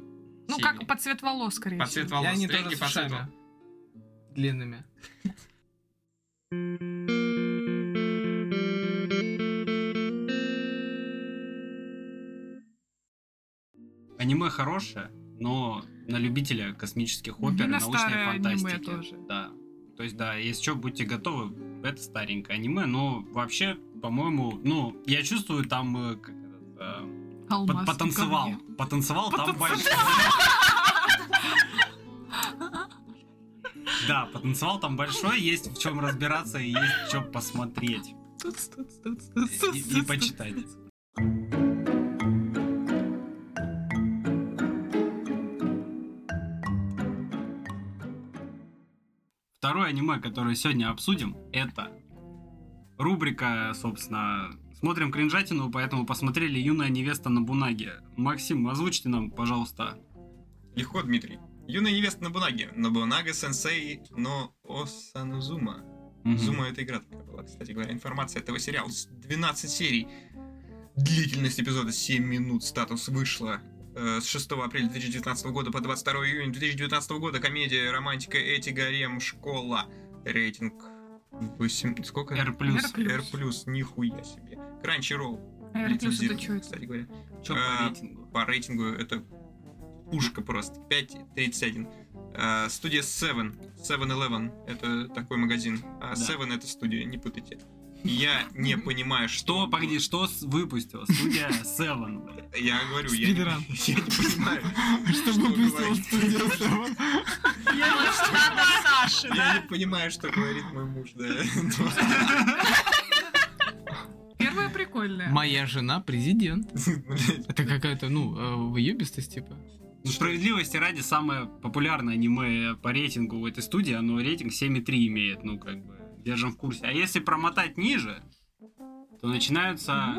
Speaker 5: Ну,
Speaker 4: Синие.
Speaker 5: как под цвет волос, скорее
Speaker 4: По
Speaker 5: всего.
Speaker 4: цвет
Speaker 3: И
Speaker 4: волос,
Speaker 3: они А, тоже
Speaker 4: стринги
Speaker 3: с
Speaker 4: по цвету.
Speaker 3: ушами. Длинными.
Speaker 1: Аниме хорошее, но на любителя космических опер и
Speaker 5: на
Speaker 1: научной
Speaker 5: старое аниме
Speaker 1: фантастики.
Speaker 5: тоже.
Speaker 1: Да. То есть, да, если что, будьте готовы, это старенькое аниме, но вообще, по-моему, ну, я чувствую, там э, как этот, э, пот-
Speaker 5: Алмаз в
Speaker 1: потанцевал.
Speaker 5: говне.
Speaker 1: Потанцевал там большой. Да, потанцевал там большой, есть в чем разбираться и есть что посмотреть
Speaker 5: Туц, туц, туц,
Speaker 1: и,
Speaker 5: туц,
Speaker 1: и
Speaker 5: туц,
Speaker 1: почитать. Второе аниме, которое сегодня обсудим, это рубрика, собственно, «Смотрим кринжатину», поэтому посмотрели «Юная невеста на Бунаге». Максим, озвучьте нам, пожалуйста.
Speaker 4: Легко, Дмитрий. Юная невеста Набунаги. Набунага сенсей, но Осанузума. Зума это игра такая была, кстати говоря. Информация этого сериала. с 12 серий. Длительность эпизода 7 минут. Статус вышла э, с 6 апреля 2019 года по 22 июня 2019 года. Комедия, романтика, эти гарем, школа. Рейтинг 8... Сколько?
Speaker 1: Р+.
Speaker 5: плюс.
Speaker 4: R+, нихуя себе. Crunchyroll.
Speaker 5: Р плюс это
Speaker 4: лицензирован,
Speaker 5: что это?
Speaker 4: Кстати говоря.
Speaker 1: Чё по
Speaker 4: А,
Speaker 1: рейтингу?
Speaker 4: По рейтингу это пушка просто. 5.31. А, студия Seven. 7-Eleven. Это такой магазин.
Speaker 1: Да.
Speaker 4: А Seven это студия, не путайте. Я не понимаю, что...
Speaker 1: Что, погоди, что с- выпустила студия Seven?
Speaker 4: Я говорю, я не,
Speaker 3: Спидеран.
Speaker 4: я не понимаю, что
Speaker 3: Выпустил
Speaker 4: говорит-
Speaker 3: студию Seven.
Speaker 4: Я не понимаю, что говорит мой муж, да.
Speaker 5: Первая прикольная.
Speaker 3: Моя жена президент.
Speaker 4: Блядь.
Speaker 3: Это какая-то, ну, выебистость, типа.
Speaker 1: Ну, справедливости ради, самое популярное аниме по рейтингу в этой студии, оно рейтинг 7,3 имеет, ну, как бы, держим в курсе. А если промотать ниже, то начинаются,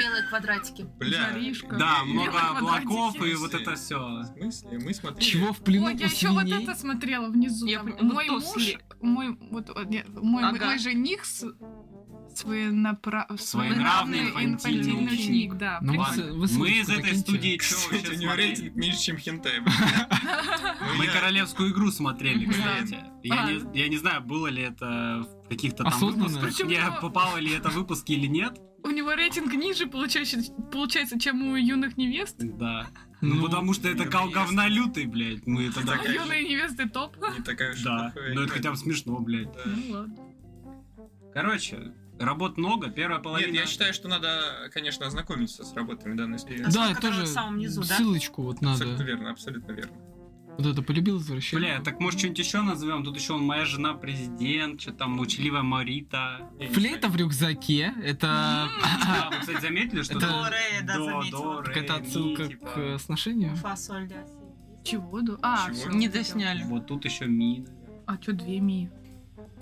Speaker 9: Белые квадратики.
Speaker 4: Бля.
Speaker 5: Жаришка.
Speaker 1: да,
Speaker 4: И-
Speaker 1: много
Speaker 5: белые
Speaker 1: облаков и
Speaker 4: квадратики.
Speaker 1: вот это все.
Speaker 4: В смысле? Мы смотрели...
Speaker 3: Чего в
Speaker 5: Ой,
Speaker 3: плену
Speaker 5: я еще вот это смотрела внизу.
Speaker 9: Я
Speaker 5: там.
Speaker 9: поняла,
Speaker 5: Мой
Speaker 9: вот то
Speaker 5: муж,
Speaker 9: слеп.
Speaker 5: мой, вот, вот, нет, мой,
Speaker 9: Ага.
Speaker 5: мой жених с Своенапра...
Speaker 1: Своенравный инфантильный ученик.
Speaker 5: да.
Speaker 3: Ну,
Speaker 5: прикольно.
Speaker 1: ладно.
Speaker 3: вы- вы
Speaker 1: Мы
Speaker 3: ссылочку
Speaker 1: из этой
Speaker 3: закиньте.
Speaker 1: студии чё
Speaker 4: Кстати,
Speaker 1: вообще
Speaker 4: у него
Speaker 1: смотрели?
Speaker 4: рейтинг меньше, чем хентай. блин. Ну,
Speaker 1: А Мы
Speaker 4: я-
Speaker 1: королевскую игру смотрели,
Speaker 5: Да.
Speaker 1: кстати. Я,
Speaker 5: А.
Speaker 1: не, я не знаю, было ли это в каких-то там
Speaker 3: Осознанно?
Speaker 1: выпусках.
Speaker 5: Причём
Speaker 1: Не,
Speaker 5: я-
Speaker 1: попало ли это в выпуски или нет.
Speaker 5: У него рейтинг ниже, получается, получается, чем у юных невест.
Speaker 1: Да. Ну, потому что это
Speaker 4: ну,
Speaker 1: кал
Speaker 4: есть.
Speaker 1: говна лютый, блядь. Мы тогда...
Speaker 4: Такая же.
Speaker 5: Юные невесты топ.
Speaker 4: Не такая уж и
Speaker 1: Да,
Speaker 4: плохая
Speaker 1: но это
Speaker 4: игра.
Speaker 1: хотя бы смешно, блядь.
Speaker 4: Да.
Speaker 5: Ну ладно.
Speaker 1: Короче, работ много, первая
Speaker 4: Нет,
Speaker 1: половина...
Speaker 4: я считаю, что надо, конечно, ознакомиться с работами данной студии.
Speaker 9: Ссылка,
Speaker 3: Да, я
Speaker 9: которая
Speaker 3: тоже
Speaker 9: в самом низу, да?
Speaker 3: ссылочку вот
Speaker 4: Абсолютно
Speaker 3: надо.
Speaker 4: верно, абсолютно верно.
Speaker 3: Вот это полюбил возвращение.
Speaker 1: Бля, так может что-нибудь еще назовем? Тут еще он моя жена президент, что там молчаливая Марита.
Speaker 4: Я не
Speaker 3: Флейта в рюкзаке,
Speaker 5: М-м.
Speaker 3: это...
Speaker 1: Да, вы, кстати, заметили, что
Speaker 3: Это-
Speaker 1: тут
Speaker 9: До Ре, да,
Speaker 1: до,
Speaker 9: заметила.
Speaker 1: до,
Speaker 3: Так
Speaker 1: ре,
Speaker 3: это
Speaker 1: ми,
Speaker 3: отсылка
Speaker 1: типа.
Speaker 3: к э, сношению.
Speaker 9: Фасоль, да.
Speaker 5: Чего? да? А,
Speaker 4: Чего?
Speaker 5: всё,
Speaker 4: Не
Speaker 5: хотела.
Speaker 8: досняли.
Speaker 1: Вот тут еще ми.
Speaker 5: А что две ми?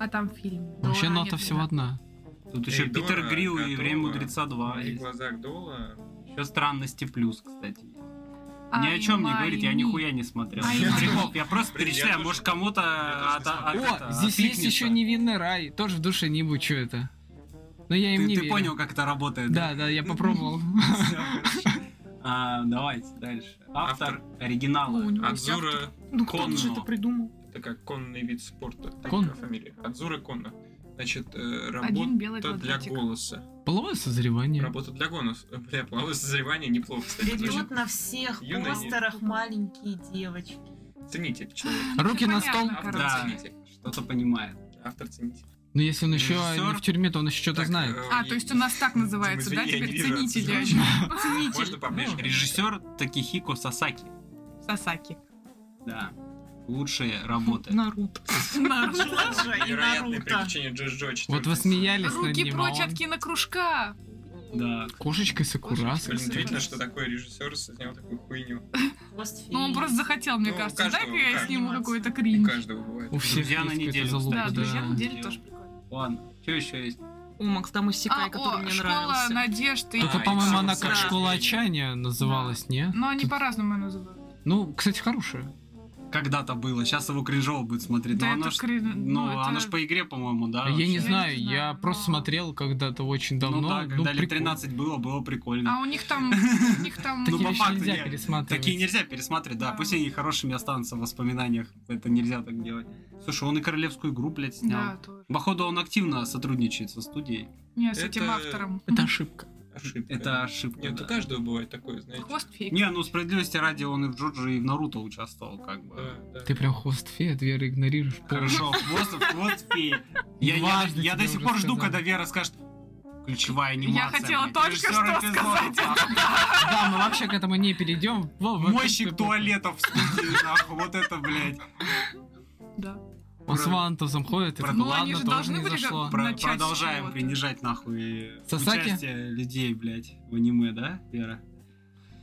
Speaker 5: А там фильм.
Speaker 3: Ну, Вообще
Speaker 5: Дора,
Speaker 3: нота
Speaker 5: нет,
Speaker 3: всего
Speaker 5: да.
Speaker 3: одна.
Speaker 1: Тут еще
Speaker 4: Эй,
Speaker 1: Питер
Speaker 4: Дора,
Speaker 1: Грилл и
Speaker 4: готова.
Speaker 1: Время Мудреца
Speaker 4: знаю.
Speaker 1: 2.
Speaker 4: В моих глазах дула.
Speaker 1: Еще странности плюс, кстати.
Speaker 3: А
Speaker 1: Ни о
Speaker 5: Ай,
Speaker 1: чем не говорит, я
Speaker 5: май,
Speaker 1: нихуя не смотрел.
Speaker 5: Ай,
Speaker 1: Я
Speaker 5: май.
Speaker 1: прикол, Я просто
Speaker 4: Блин, я
Speaker 1: перечисляю,
Speaker 4: тоже-
Speaker 1: может
Speaker 4: я
Speaker 1: кому-то
Speaker 4: тоже
Speaker 1: от-
Speaker 4: не
Speaker 1: от- это,
Speaker 4: смотрел.
Speaker 3: О, здесь есть
Speaker 1: откликнется.
Speaker 3: еще невинный рай. Тоже в душе не будет, что это. Но я им
Speaker 1: Ты
Speaker 3: не
Speaker 1: ты
Speaker 3: верю.
Speaker 1: понял, как это работает?
Speaker 3: Да, да, я попробовал.
Speaker 1: А, Давайте дальше. Автор
Speaker 4: Автор.
Speaker 5: Ну, у
Speaker 1: оригинала.
Speaker 5: него есть автор.
Speaker 4: Адзура
Speaker 5: Ну, кто
Speaker 1: Конно.
Speaker 5: же это придумал?
Speaker 4: Это как конный вид спорта. Так
Speaker 3: Кон?
Speaker 4: его фамилия. Адзура Конно. Значит, э,
Speaker 5: Один
Speaker 4: работа
Speaker 5: белый
Speaker 4: для
Speaker 5: квадратик.
Speaker 4: голоса.
Speaker 3: Половое созревание.
Speaker 4: Работа для голоса. Бля, половое созревание неплохо, кстати. звучит.
Speaker 9: Идут на всех
Speaker 4: Юные
Speaker 9: постерах маленькие девочки.
Speaker 4: Цените это человека.
Speaker 3: Руки на
Speaker 5: Понятно,
Speaker 3: стол.
Speaker 4: Автор
Speaker 1: Да.
Speaker 4: цените.
Speaker 1: Что-то понимает.
Speaker 4: Автор цените.
Speaker 3: Но Ну, если он еще
Speaker 1: Режиссер.
Speaker 3: не в тюрьме, то он еще что-то
Speaker 4: Так,
Speaker 3: знает.
Speaker 4: э,
Speaker 5: А,
Speaker 4: и-
Speaker 5: то есть у нас так называется,
Speaker 4: Дима,
Speaker 5: да?
Speaker 4: извини, я не
Speaker 5: Теперь
Speaker 4: вижу
Speaker 5: цените,
Speaker 4: отсюда.
Speaker 5: девочки.
Speaker 4: Можно
Speaker 5: Цените.
Speaker 4: поближе.
Speaker 1: Ну,
Speaker 4: к режиссеру?
Speaker 1: Режиссер Такихико Сасаки.
Speaker 5: Сасаки.
Speaker 1: Да. Лучшие работы.
Speaker 3: Ну.
Speaker 5: Наруто.
Speaker 9: Ну,
Speaker 5: Наруто.
Speaker 9: Джоджо и
Speaker 4: Невероятные
Speaker 9: Наруто.
Speaker 4: приключения Джоджо.
Speaker 3: Вот вы
Speaker 4: четвертый
Speaker 3: смеялись над
Speaker 5: Руки
Speaker 3: ним, а
Speaker 5: прочь
Speaker 3: он
Speaker 5: от кинокружка.
Speaker 1: Да.
Speaker 3: Кошечкой Сакурасы.
Speaker 5: Кошечкой
Speaker 4: Блин,
Speaker 3: кстати.
Speaker 4: удивительно, что такой режиссер снял такую хуйню.
Speaker 9: Хвост
Speaker 5: Ну, он
Speaker 9: феи.
Speaker 5: просто захотел, мне
Speaker 4: Ну, у
Speaker 5: кажется.
Speaker 4: каждого,
Speaker 5: Дай-ка я
Speaker 4: каждого.
Speaker 5: сниму какой-то
Speaker 4: У
Speaker 5: кринж.
Speaker 4: каждого бывает.
Speaker 3: У всех
Speaker 1: Друзья на
Speaker 3: есть
Speaker 1: неделю,
Speaker 3: какая-то залупа,
Speaker 5: Да,
Speaker 1: кстати.
Speaker 5: друзья А, на
Speaker 1: Да.
Speaker 5: деле тоже прикольно.
Speaker 1: Ладно. Что еще есть?
Speaker 8: У Макс, там
Speaker 5: А,
Speaker 8: истекай, который
Speaker 5: о,
Speaker 8: мне
Speaker 5: школа
Speaker 8: нравился.
Speaker 5: надежды.
Speaker 4: Да,
Speaker 3: Только,
Speaker 4: и
Speaker 3: по-моему, типа
Speaker 4: всё
Speaker 3: она
Speaker 4: вот
Speaker 3: как
Speaker 4: так.
Speaker 3: школа отчаяния называлась, не?
Speaker 5: Но они
Speaker 3: Тут-
Speaker 5: по-разному ее называют.
Speaker 3: Ну, кстати, хорошая.
Speaker 1: Когда-то было. Сейчас его кринжово будет смотреть.
Speaker 5: Да
Speaker 1: но
Speaker 5: это
Speaker 1: оно ж,
Speaker 5: крин-
Speaker 1: ну,
Speaker 5: ну, это-
Speaker 1: оно ж по игре, по-моему, да?
Speaker 3: я
Speaker 1: вообще?
Speaker 3: не знаю,
Speaker 5: не
Speaker 3: я
Speaker 5: знаю,
Speaker 3: просто
Speaker 5: но-
Speaker 3: смотрел когда-то очень давно.
Speaker 1: Ну да, когда лет
Speaker 3: прикольно.
Speaker 1: 13 было, было прикольно.
Speaker 5: А у них там... У них там...
Speaker 1: Ну,
Speaker 3: Такие
Speaker 1: по
Speaker 3: вещи
Speaker 1: факту
Speaker 3: нельзя
Speaker 1: я-
Speaker 3: пересматривать.
Speaker 1: Такие нельзя пересматривать, да.
Speaker 5: Да.
Speaker 1: Пусть они хорошими останутся в воспоминаниях. Это нельзя так делать. Слушай, он и королевскую игру, блядь,
Speaker 5: Да,
Speaker 1: снял.
Speaker 5: тоже.
Speaker 1: Походу, он активно сотрудничает со студией.
Speaker 5: Не, с этим
Speaker 4: Это-
Speaker 5: автором.
Speaker 3: Это ошибка.
Speaker 4: Ошибка.
Speaker 1: Это ошибка.
Speaker 4: Нет,
Speaker 1: да.
Speaker 4: у каждого бывает такое, знаете.
Speaker 5: Хвост фейк.
Speaker 1: Не, ну справедливости ради он и в Джоджо, и в Наруто участвовал, как бы.
Speaker 4: Да, да.
Speaker 3: Ты прям хвост фея, от Веры игнорируешь.
Speaker 1: Хорошо, хвост, хвост феи. Я, я,
Speaker 3: Дважды
Speaker 1: я
Speaker 3: тебе
Speaker 1: до сих
Speaker 3: уже
Speaker 1: пор жду,
Speaker 3: сказали.
Speaker 1: когда Вера скажет ключевая анимация.
Speaker 5: хотела
Speaker 1: блядь,
Speaker 5: только
Speaker 1: режиссер
Speaker 5: что
Speaker 1: эпизода».
Speaker 5: сказать
Speaker 3: Да, мы вообще к этому не перейдем. Во, в
Speaker 1: Мойщик
Speaker 3: эпоху.
Speaker 1: туалетов в студии, нахуй, вот это, блядь.
Speaker 5: Да.
Speaker 3: Он с вантусом ходит. и
Speaker 1: Про-
Speaker 3: такой,
Speaker 5: Ну, они
Speaker 3: Ладно,
Speaker 5: же
Speaker 3: тоже
Speaker 5: должны
Speaker 3: не
Speaker 5: были как-
Speaker 3: зашло.
Speaker 1: Про-
Speaker 5: Начать с
Speaker 1: продолжаем
Speaker 5: чего-то.
Speaker 1: принижать нахуй
Speaker 3: Сасаки?
Speaker 1: участие людей, блядь, в аниме, да, Вера?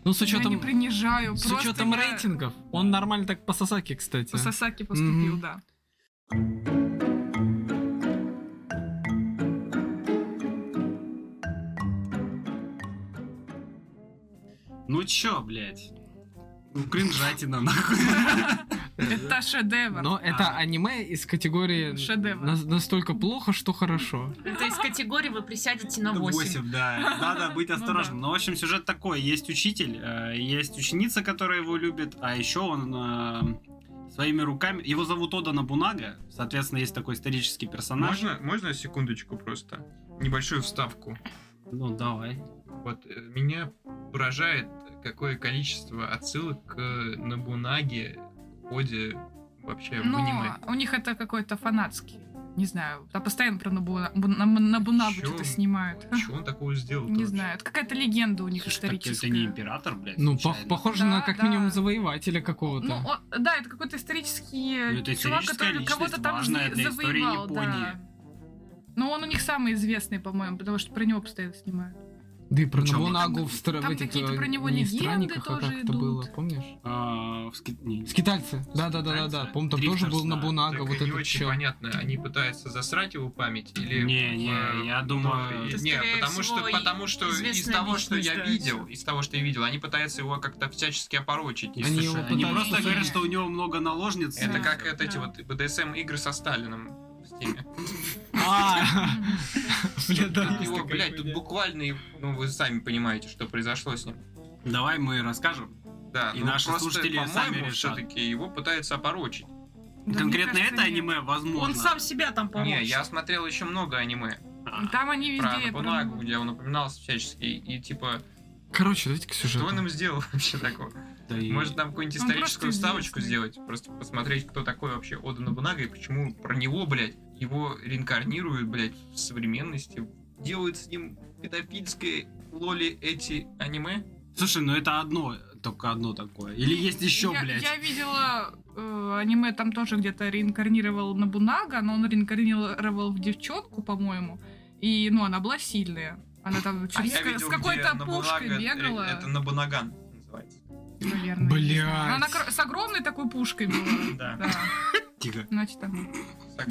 Speaker 3: Ну, с
Speaker 5: Я не
Speaker 3: учетом...
Speaker 5: принижаю.
Speaker 3: С
Speaker 5: просто
Speaker 3: учетом
Speaker 5: я
Speaker 3: рейтингов. Он нормально так по Сасаке, кстати.
Speaker 5: По Сасаки поступил,
Speaker 3: Мгм.
Speaker 5: да.
Speaker 1: Ну чё, блядь? Ну, кринжатина, нахуй.
Speaker 5: Это шедевр.
Speaker 3: Но это
Speaker 1: А.
Speaker 3: аниме из категории
Speaker 5: Шедевр.
Speaker 3: нас- настолько плохо, что хорошо.
Speaker 9: Это из категории вы присядете на 8.
Speaker 1: 8, да. Надо быть
Speaker 5: Ну
Speaker 1: осторожным. Но, в общем, сюжет такой. Есть учитель, э, есть ученица, которая его любит, а еще он э, своими руками... Его зовут Ода Набунага. Соответственно, есть такой исторический персонаж.
Speaker 4: Можно, можно секундочку просто? Небольшую вставку.
Speaker 1: Ну, давай.
Speaker 4: Вот э, меня поражает, какое количество отсылок к Набунаге в ходе вообще в
Speaker 5: Но
Speaker 4: аниме.
Speaker 5: у них это какой-то фанатский. Не знаю, там постоянно про Набуна- Бу- Нам- Набунагу
Speaker 4: Чё?
Speaker 5: что-то снимают.
Speaker 4: Чего он такого сделал?
Speaker 5: Не знаю, это какая-то легенда у них
Speaker 1: Так это не
Speaker 5: историческая.
Speaker 1: император, блядь,
Speaker 3: Ну,
Speaker 1: случайно?
Speaker 3: пох- похоже
Speaker 5: Да,
Speaker 3: на как
Speaker 5: да.
Speaker 3: минимум завоевателя
Speaker 5: Ну,
Speaker 3: какого-то.
Speaker 5: он- да, это какой-то исторический
Speaker 1: Ну, это
Speaker 5: чувак,
Speaker 1: историческая
Speaker 5: который
Speaker 1: личность,
Speaker 5: кого-то там
Speaker 1: важная
Speaker 5: зе-
Speaker 1: для истории
Speaker 5: завоевал, да.
Speaker 1: Японии.
Speaker 5: Но он у них самый известный, по-моему, потому что про него постоянно снимают.
Speaker 3: Да и про
Speaker 1: Причём
Speaker 3: Набунагу
Speaker 5: там-
Speaker 3: в стра-
Speaker 5: там
Speaker 3: в этих,
Speaker 5: какие-то про
Speaker 3: э,
Speaker 5: него
Speaker 3: не
Speaker 5: легенды
Speaker 3: странниках, а
Speaker 5: тоже
Speaker 3: как это
Speaker 5: идут.
Speaker 3: было, помнишь?
Speaker 1: А, в ски- не,
Speaker 3: Скитальцы. Да, да, да, да, да.
Speaker 1: Скитальцы.
Speaker 3: Помню, там тоже
Speaker 1: Дрифтерс,
Speaker 3: был
Speaker 1: да.
Speaker 3: Набунага,
Speaker 4: Только
Speaker 3: вот
Speaker 4: не
Speaker 3: этот
Speaker 4: очень
Speaker 3: чел.
Speaker 4: понятно, они пытаются засрать его память или...
Speaker 1: Не,
Speaker 4: э,
Speaker 1: не, я думаю...
Speaker 4: э,
Speaker 9: Это,
Speaker 4: не,
Speaker 9: скорее
Speaker 4: потому что,
Speaker 9: всего, и-
Speaker 4: потому что из
Speaker 9: известная
Speaker 4: того, что я
Speaker 9: личность, да,
Speaker 4: видел, из того, что я видел, они пытаются его как-то всячески опорочить.
Speaker 3: Они
Speaker 1: Слушай,
Speaker 3: его
Speaker 1: они
Speaker 3: пытаются
Speaker 1: просто говорят,
Speaker 5: снимать.
Speaker 1: что у него много наложниц.
Speaker 4: Это
Speaker 5: Да.
Speaker 4: как вот эти
Speaker 9: Да.
Speaker 4: вот БДСМ игры со Сталином. в стиме.
Speaker 3: А, Бля, да,
Speaker 4: И
Speaker 3: есть
Speaker 4: Его,
Speaker 3: такая
Speaker 4: блядь, тут
Speaker 3: хуйня.
Speaker 4: буквально, ну вы сами понимаете, что произошло с ним.
Speaker 1: Давай мы расскажем.
Speaker 4: Да,
Speaker 1: И
Speaker 4: ну,
Speaker 1: наши
Speaker 4: просто,
Speaker 1: слушатели сами
Speaker 4: по-моему,
Speaker 1: решат.
Speaker 4: все-таки его пытаются опорочить.
Speaker 5: мне
Speaker 1: Конкретно
Speaker 5: кажется,
Speaker 1: это
Speaker 5: нет.
Speaker 1: аниме возможно.
Speaker 9: Он сам себя там
Speaker 4: Не,
Speaker 9: помочь.
Speaker 4: я смотрел еще много аниме
Speaker 1: А,
Speaker 5: Там они везде...
Speaker 4: про
Speaker 5: прям-
Speaker 4: Набунагу, где он упоминался всячески, и типа,
Speaker 3: Короче, давайте к
Speaker 4: что
Speaker 3: сюжету.
Speaker 4: он им сделал вообще такого?
Speaker 1: да и-
Speaker 4: Может, нам какую-нибудь
Speaker 5: Он
Speaker 4: историческую
Speaker 5: просто
Speaker 4: вставочку
Speaker 5: известный.
Speaker 4: сделать? Просто посмотреть, кто такой вообще Ода Набунага и почему про него, блядь, его реинкарнируют, блядь, в современности. Делают с ним педофильские лоли эти аниме.
Speaker 1: Слушай, ну это одно, только одно такое. Или есть еще,
Speaker 5: я,
Speaker 1: блядь.
Speaker 5: Я видела э, аниме, там тоже где-то реинкарнировал Набунага, но он реинкарнировал в девчонку, по-моему. И, ну, она была сильная. Она там чуть
Speaker 4: А
Speaker 5: с,
Speaker 4: я
Speaker 5: ка-
Speaker 4: видел,
Speaker 5: с
Speaker 4: где
Speaker 5: какой-то
Speaker 4: Набунага,
Speaker 5: пушкой
Speaker 4: э,
Speaker 5: бегала.
Speaker 4: Это Набунаган называется.
Speaker 5: Наверное.
Speaker 3: Бля.
Speaker 5: Она кр- с огромной такой пушкой была.
Speaker 4: Да.
Speaker 5: Да.
Speaker 1: Тихо.
Speaker 5: Значит, там.
Speaker 4: Так,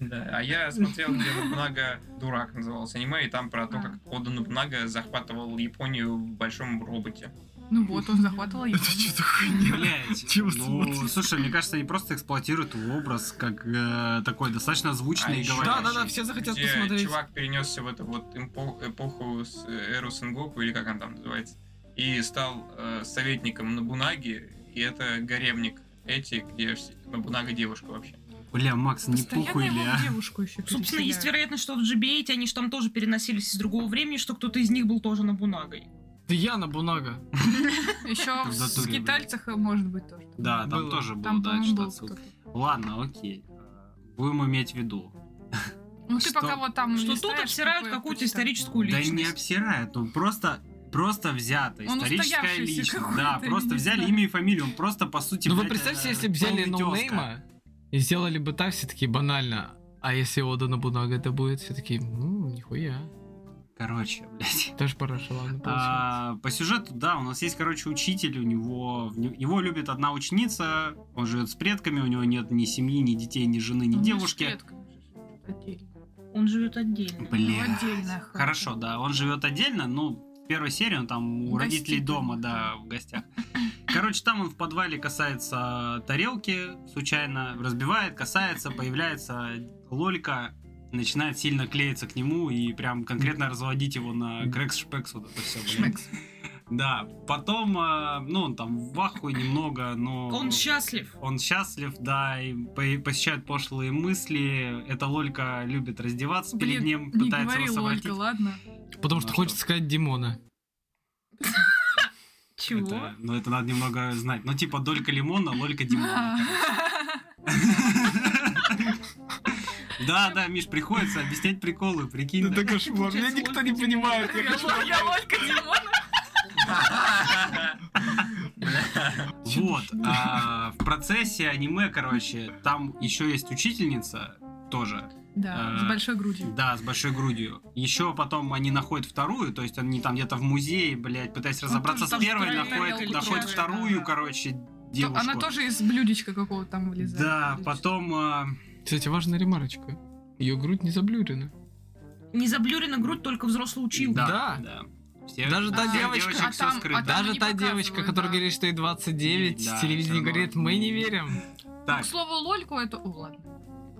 Speaker 4: Да, а я смотрел, где Набунага дурак назывался аниме, и там про
Speaker 5: А.
Speaker 4: то, как Ода Набунага захватывал Японию в большом роботе.
Speaker 5: Ну вот, он захватывал его.
Speaker 3: Это что за хуйня?
Speaker 1: Блять.
Speaker 3: Чего
Speaker 1: Ну,
Speaker 3: смотришь?
Speaker 1: слушай, мне кажется, они просто эксплуатируют его образ как э, такой достаточно
Speaker 4: А
Speaker 1: звучный и
Speaker 4: ещё-
Speaker 3: Да,
Speaker 1: говорящий.
Speaker 3: да, да, все захотят
Speaker 4: где
Speaker 3: посмотреть.
Speaker 4: чувак перенесся в эту вот эмпо- эпоху с э, эру Сенгоку, или как она там называется, и стал э, советником Набунаги, и это гаремник эти, где все- Набунага девушка вообще.
Speaker 1: Бля, Макс, не
Speaker 5: Постоянно
Speaker 1: похуй ли,
Speaker 5: его
Speaker 1: а?
Speaker 5: в девушку еще
Speaker 9: Собственно, есть
Speaker 5: переселяют.
Speaker 9: вероятность, что в GBA они же там тоже переносились из другого времени, что кто-то из них был тоже Набунагой.
Speaker 3: Да я Набунага.
Speaker 5: Еще
Speaker 1: В
Speaker 5: в
Speaker 1: натуре, блин.
Speaker 5: скитальцах, э, может быть, тоже.
Speaker 1: Да, там
Speaker 3: Было.
Speaker 1: тоже было,
Speaker 5: Там,
Speaker 1: да,
Speaker 5: по-моему, был
Speaker 1: что-то отсутствует.
Speaker 5: кто-то.
Speaker 1: Ладно, окей. Э, Будем иметь в виду.
Speaker 5: Ну ты
Speaker 1: Что-
Speaker 5: пока вот там
Speaker 9: Что тут
Speaker 5: листаешь,
Speaker 9: обсирают
Speaker 5: такое
Speaker 9: какую-то
Speaker 5: почитаешь.
Speaker 9: историческую
Speaker 1: Да и не
Speaker 9: личность.
Speaker 1: обсирает, ну просто просто взято,
Speaker 5: Он
Speaker 1: историческая
Speaker 5: устоявшийся
Speaker 1: личность.
Speaker 5: какой-то,
Speaker 1: Да,
Speaker 5: я
Speaker 1: просто
Speaker 5: не
Speaker 1: взяли
Speaker 5: знаю.
Speaker 1: имя и фамилию, он просто по сути...
Speaker 3: Ну вы
Speaker 1: блядь,
Speaker 3: представьте,
Speaker 1: э,
Speaker 3: если бы взяли
Speaker 1: полный тёзка.
Speaker 3: ноунейма и сделали бы так все таки банально. А если Ода Набунага это будет, все таки нихуя.
Speaker 1: Короче, блядь.
Speaker 3: Даже параша, ладно, получается.
Speaker 1: А, по сюжету, да, у нас есть, короче, учитель, у него в не- его любит одна ученица, он живет с предками, у него нет ни семьи, ни детей, ни жены, ни
Speaker 5: Ну,
Speaker 1: девушки.
Speaker 5: клетка же, что-то отдельно.
Speaker 9: Он живет отдельно.
Speaker 1: Блин.
Speaker 5: Ну, отдельная хата.
Speaker 1: Хорошо, да, он живет отдельно, ну, в первой серии он там у
Speaker 5: Гостит
Speaker 1: родителей
Speaker 5: он.
Speaker 1: дома, да, в гостях. Короче, там он в подвале касается тарелки, случайно разбивает, касается, появляется лолька, начинает сильно клеиться к нему и прям конкретно разводить его на крекс-шпекс вот это все.
Speaker 5: Шмекс.
Speaker 1: Да, потом, э, ну, он там в ахуе немного, но...
Speaker 9: Он счастлив.
Speaker 1: Он счастлив, да, и по- посещают пошлые мысли. Эта Лолька любит раздеваться перед
Speaker 5: Блин,
Speaker 1: ним,
Speaker 5: не
Speaker 1: пытается
Speaker 5: говори,
Speaker 1: его совратить.
Speaker 5: Ольга, ладно?
Speaker 3: Потому что
Speaker 1: ну
Speaker 3: хочется
Speaker 1: что?
Speaker 3: сказать Димона.
Speaker 9: Чего?
Speaker 1: Это- ну, это надо немного знать. Ну, типа, Долька Лимона, Лолька
Speaker 5: А,
Speaker 1: Димона. Да, да, Миш, приходится объяснять приколы, прикинь. да.
Speaker 3: кошмар, меня никто не понимает.
Speaker 5: Я Ольга Димона.
Speaker 1: Вот, а, в процессе аниме, короче, там еще есть учительница тоже,
Speaker 5: Да,
Speaker 1: А,
Speaker 5: с большой грудью.
Speaker 1: Да, с большой грудью. Еще потом они находят вторую, то есть они там где-то в музее, блядь, пытаясь разобраться с
Speaker 9: тоже
Speaker 1: первой,
Speaker 9: вторая
Speaker 1: находят,
Speaker 9: тарелка
Speaker 1: находят
Speaker 9: летучая,
Speaker 1: вторую,
Speaker 5: да.
Speaker 1: короче,
Speaker 5: То-
Speaker 1: девушку.
Speaker 5: Она тоже из блюдечка какого-то там вылезает.
Speaker 1: Да,
Speaker 5: Блюдечко.
Speaker 1: потом... а,
Speaker 3: Кстати, важная ремарочка. Ее грудь не заблюрена.
Speaker 9: Не заблюрена грудь, только взрослый учил.
Speaker 1: Да,
Speaker 3: Да.
Speaker 1: да. Всех-
Speaker 3: Даже та
Speaker 1: всех
Speaker 3: девочка-
Speaker 1: девочек
Speaker 5: А
Speaker 1: всё
Speaker 5: там-
Speaker 1: скрыто.
Speaker 5: а там-
Speaker 3: Даже
Speaker 5: не
Speaker 3: та девочка,
Speaker 5: показывают,
Speaker 3: которая
Speaker 5: да.
Speaker 3: говорит, что ей 29,
Speaker 1: Да,
Speaker 3: с телевидения
Speaker 1: всё равно.
Speaker 3: говорит, мы не верим.
Speaker 5: К
Speaker 1: Так,
Speaker 5: слову, Лольку это... О, ладно.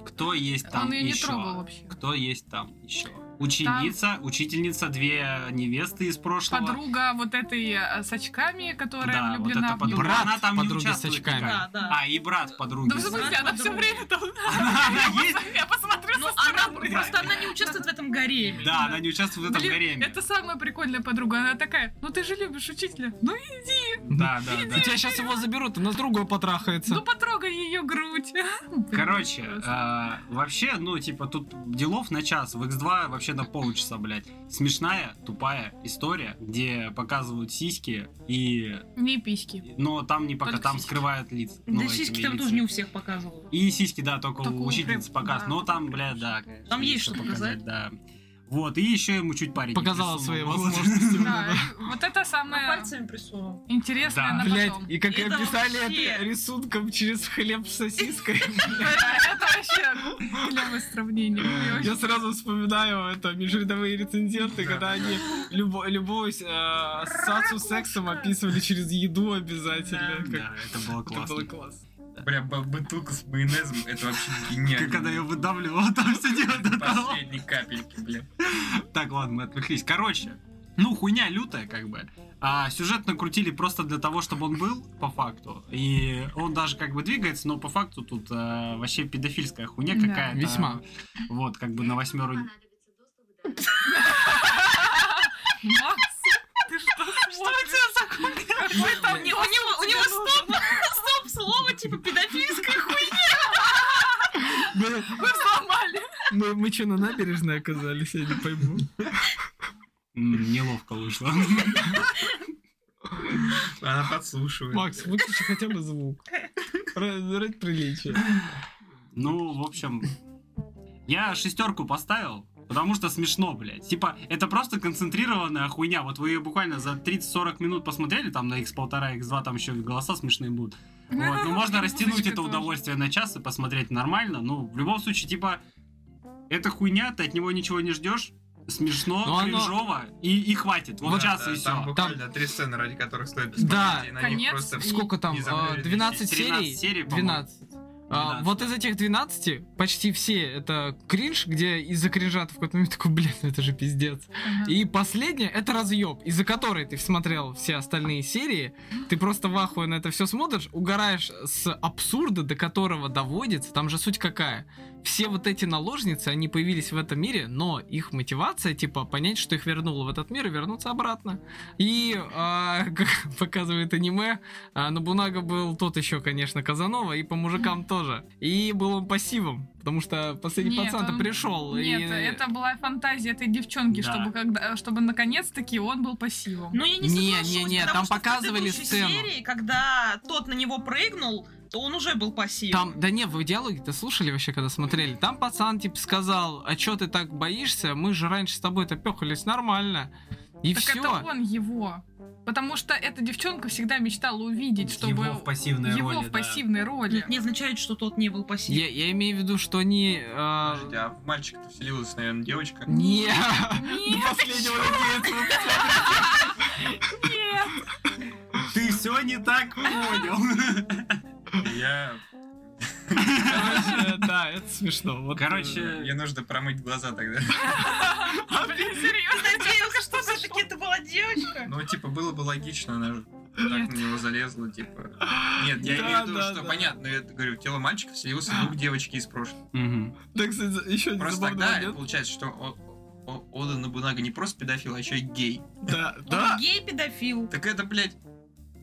Speaker 1: кто есть там
Speaker 5: Он ее не
Speaker 1: ещё?
Speaker 5: трогал вообще.
Speaker 1: Кто есть там еще? Ученица, учительница, две невесты из прошлого.
Speaker 5: Подруга вот этой э, с очками, которая
Speaker 1: Да, вот
Speaker 5: влюблена
Speaker 1: эта
Speaker 5: в
Speaker 1: подруга.
Speaker 5: него.
Speaker 3: Брат
Speaker 1: Она там не
Speaker 3: подруги с
Speaker 1: участвует
Speaker 3: очками.
Speaker 1: никак.
Speaker 9: Да, да.
Speaker 1: А, и брат подруги.
Speaker 5: Да в смысле,
Speaker 9: Брат
Speaker 5: она все
Speaker 9: подруга.
Speaker 5: время там...
Speaker 1: Она- она есть?
Speaker 5: Я посмотрю
Speaker 9: Ну,
Speaker 5: со
Speaker 9: она
Speaker 5: стороны.
Speaker 9: просто она не участвует в этом гареме.
Speaker 1: Да, она не участвует в этом
Speaker 5: Блин,
Speaker 1: гареме.
Speaker 5: это самая прикольная подруга. Она такая, ну ты же любишь учителя. Ну, и-
Speaker 1: Да, да, да.
Speaker 3: У тебя сейчас его заберут, она с другой потрахается.
Speaker 5: ну потрогай ее грудь. Блин,
Speaker 1: Короче,
Speaker 5: просто.
Speaker 1: э, вообще, ну, типа, тут делов на час, в X2 вообще на полчаса, блядь. Смешная, тупая история, где показывают сиськи и...
Speaker 5: Не письки.
Speaker 1: Но там не пока,
Speaker 5: Только
Speaker 1: там
Speaker 5: сиськи.
Speaker 1: скрывают лиц. ну,
Speaker 9: Да
Speaker 1: этими
Speaker 9: сиськи там
Speaker 1: лицами.
Speaker 9: тоже не у всех показывают.
Speaker 1: И сиськи, да, только
Speaker 5: Только
Speaker 1: у
Speaker 5: у
Speaker 1: учительницы
Speaker 5: прям-
Speaker 1: показывают.
Speaker 5: да,
Speaker 1: Но там,
Speaker 5: только
Speaker 1: бля,
Speaker 5: у
Speaker 1: да,
Speaker 5: учительницы.
Speaker 1: конечно,
Speaker 9: Там есть
Speaker 1: есть
Speaker 9: что
Speaker 1: Да. Вот, и еще ему чуть парень не
Speaker 3: Показала
Speaker 1: присунул.
Speaker 3: свои
Speaker 1: Вот.
Speaker 3: возможности.
Speaker 5: Да, и вот это
Speaker 9: Она
Speaker 5: самое
Speaker 9: пальцами присовывала.
Speaker 5: интересное
Speaker 1: Да.
Speaker 5: на
Speaker 3: Блять,
Speaker 5: потом.
Speaker 3: и как и
Speaker 9: Это
Speaker 3: описали
Speaker 9: вообще-
Speaker 3: это рисунком через хлеб с сосиской.
Speaker 5: Это вообще клевое сравнение.
Speaker 1: Э,
Speaker 5: Ой, вообще.
Speaker 3: Я сразу вспоминаю это межрядовые рецензенты,
Speaker 4: Да.
Speaker 3: когда они любо- любую э, ассоциацию с сексом описывали через еду обязательно.
Speaker 1: Да,
Speaker 3: Как-
Speaker 1: это было
Speaker 3: Это
Speaker 1: классно.
Speaker 3: было классно.
Speaker 1: Да.
Speaker 4: Бля, ба- бутылка с майонезом, это вообще гениально.
Speaker 1: Когда я выдавливал, там все дело до того.
Speaker 4: Последней капельки, бля.
Speaker 1: Так, ладно, мы отвлеклись. Короче, ну, хуйня лютая, как бы. А сюжет накрутили просто для того, чтобы он был, по факту. И он даже как бы двигается, но по факту тут э, вообще педофильская хуйня
Speaker 5: Да.
Speaker 1: какая-то.
Speaker 3: Весьма.
Speaker 1: Вот, как бы на восьмеру.
Speaker 5: Макс, ты что смотришь?
Speaker 9: Какой там- не- У него, у него стоп, стоп слово, типа педофильская хуйня.
Speaker 5: Вы сломали.
Speaker 3: Мы, мы что, на набережной оказались, я не пойму.
Speaker 1: М, Неловко вышло.
Speaker 4: Она подслушивает.
Speaker 3: Макс, выключи хотя бы звук. Ра- Ради приличия.
Speaker 1: Ну, в общем, я шестерку поставил, потому что смешно, блядь. Типа, это просто концентрированная хуйня. Вот вы ее буквально за 30-40 минут посмотрели, там на X1,5, X2, там еще и голоса смешные будут. Вот, ну можно
Speaker 5: И
Speaker 1: растянуть
Speaker 5: музычка
Speaker 1: это
Speaker 5: тоже.
Speaker 1: удовольствие на час и посмотреть нормально. Ну, в любом случае, типа, это хуйня, ты от него ничего не ждешь.
Speaker 3: Но
Speaker 1: Смешно,
Speaker 3: оно-
Speaker 1: кринжово, и, и хватит. Вот э,
Speaker 4: Да,
Speaker 1: час
Speaker 4: да,
Speaker 1: и
Speaker 4: Там
Speaker 1: все.
Speaker 4: буквально три сцены, ради которых стоит
Speaker 3: Да,
Speaker 4: посмотреть, и на них
Speaker 5: конец.
Speaker 4: просто
Speaker 3: Сколько там?
Speaker 4: И
Speaker 3: а,
Speaker 4: замерли
Speaker 3: 12
Speaker 1: 13
Speaker 3: серий?
Speaker 1: серий, по-моему.
Speaker 3: 12. А,
Speaker 1: 12,
Speaker 3: вот из этих 12 почти все это кринж, где из-за кринжа ты в какой-то момент такой, блин, это же пиздец. И последняя это разъеб, из-за которой ты смотрел все остальные серии, ты просто в ахуе на это все смотришь, угораешь с абсурда, до которого доводится, там же суть какая. Все вот эти наложницы, они появились в этом мире, но их мотивация, типа, понять, что их вернуло в этот мир и вернуться обратно. И, а, как показывает аниме, а, Набунага был тот еще, конечно, Казанова, и по мужикам тоже. И был он пассивом, потому что последний
Speaker 5: Нет,
Speaker 3: пацан-то
Speaker 5: он-
Speaker 3: пришел. и-
Speaker 5: Нет, это была фантазия этой девчонки,
Speaker 1: Да.
Speaker 5: чтобы, когда, чтобы наконец-таки он был пассивом.
Speaker 9: Но Ну, я не
Speaker 3: Не,
Speaker 9: соглашусь,
Speaker 3: не, не,
Speaker 9: потому
Speaker 3: там
Speaker 9: что в
Speaker 3: показывали
Speaker 9: предыдущей
Speaker 3: сцену.
Speaker 9: серии, когда тот на него прыгнул, то он уже был пассивным.
Speaker 3: Там, да не, вы диалоги-то слушали вообще, когда смотрели? Там пацан, типа, сказал, а чё ты так боишься? Мы же раньше с тобой-то пёхались нормально. И
Speaker 5: так
Speaker 3: все.
Speaker 5: это он его. Потому что эта девчонка всегда мечтала увидеть, чтобы
Speaker 1: Его в пассивной
Speaker 5: его
Speaker 1: роли,
Speaker 5: в
Speaker 1: да.
Speaker 5: пассивной роли.
Speaker 9: Это не означает, что тот не был пассивным.
Speaker 3: Я, я имею в виду, что они... а,
Speaker 4: Подождите, а в мальчика-то вселилась, наверное, девочка.
Speaker 3: Не,
Speaker 5: Нет,
Speaker 3: последнего надеяться.
Speaker 5: нет.
Speaker 1: Ты все не так понял.
Speaker 4: И Я...
Speaker 3: Короче, Э, Да, это смешно. Вот,
Speaker 1: Короче,
Speaker 4: Мне нужно промыть глаза тогда.
Speaker 9: Блин, серьезно, я только что все-таки это была девочка.
Speaker 4: Ну, типа, было бы логично, она же так на него залезла, типа... Нет, я
Speaker 3: Да,
Speaker 4: имею в виду,
Speaker 3: да,
Speaker 4: что
Speaker 3: да.
Speaker 4: понятно, я говорю, в тело мальчика вселился дух девочки из прошлого.
Speaker 1: Мгм.
Speaker 3: э, Да, кстати, еще один
Speaker 4: Просто
Speaker 3: забавный
Speaker 4: тогда
Speaker 3: момент.
Speaker 4: получается, что О- О- Ода Набунага не просто педофил, а еще и гей.
Speaker 3: Да,
Speaker 9: Он
Speaker 3: да.
Speaker 9: гей-педофил.
Speaker 4: Так это, блядь,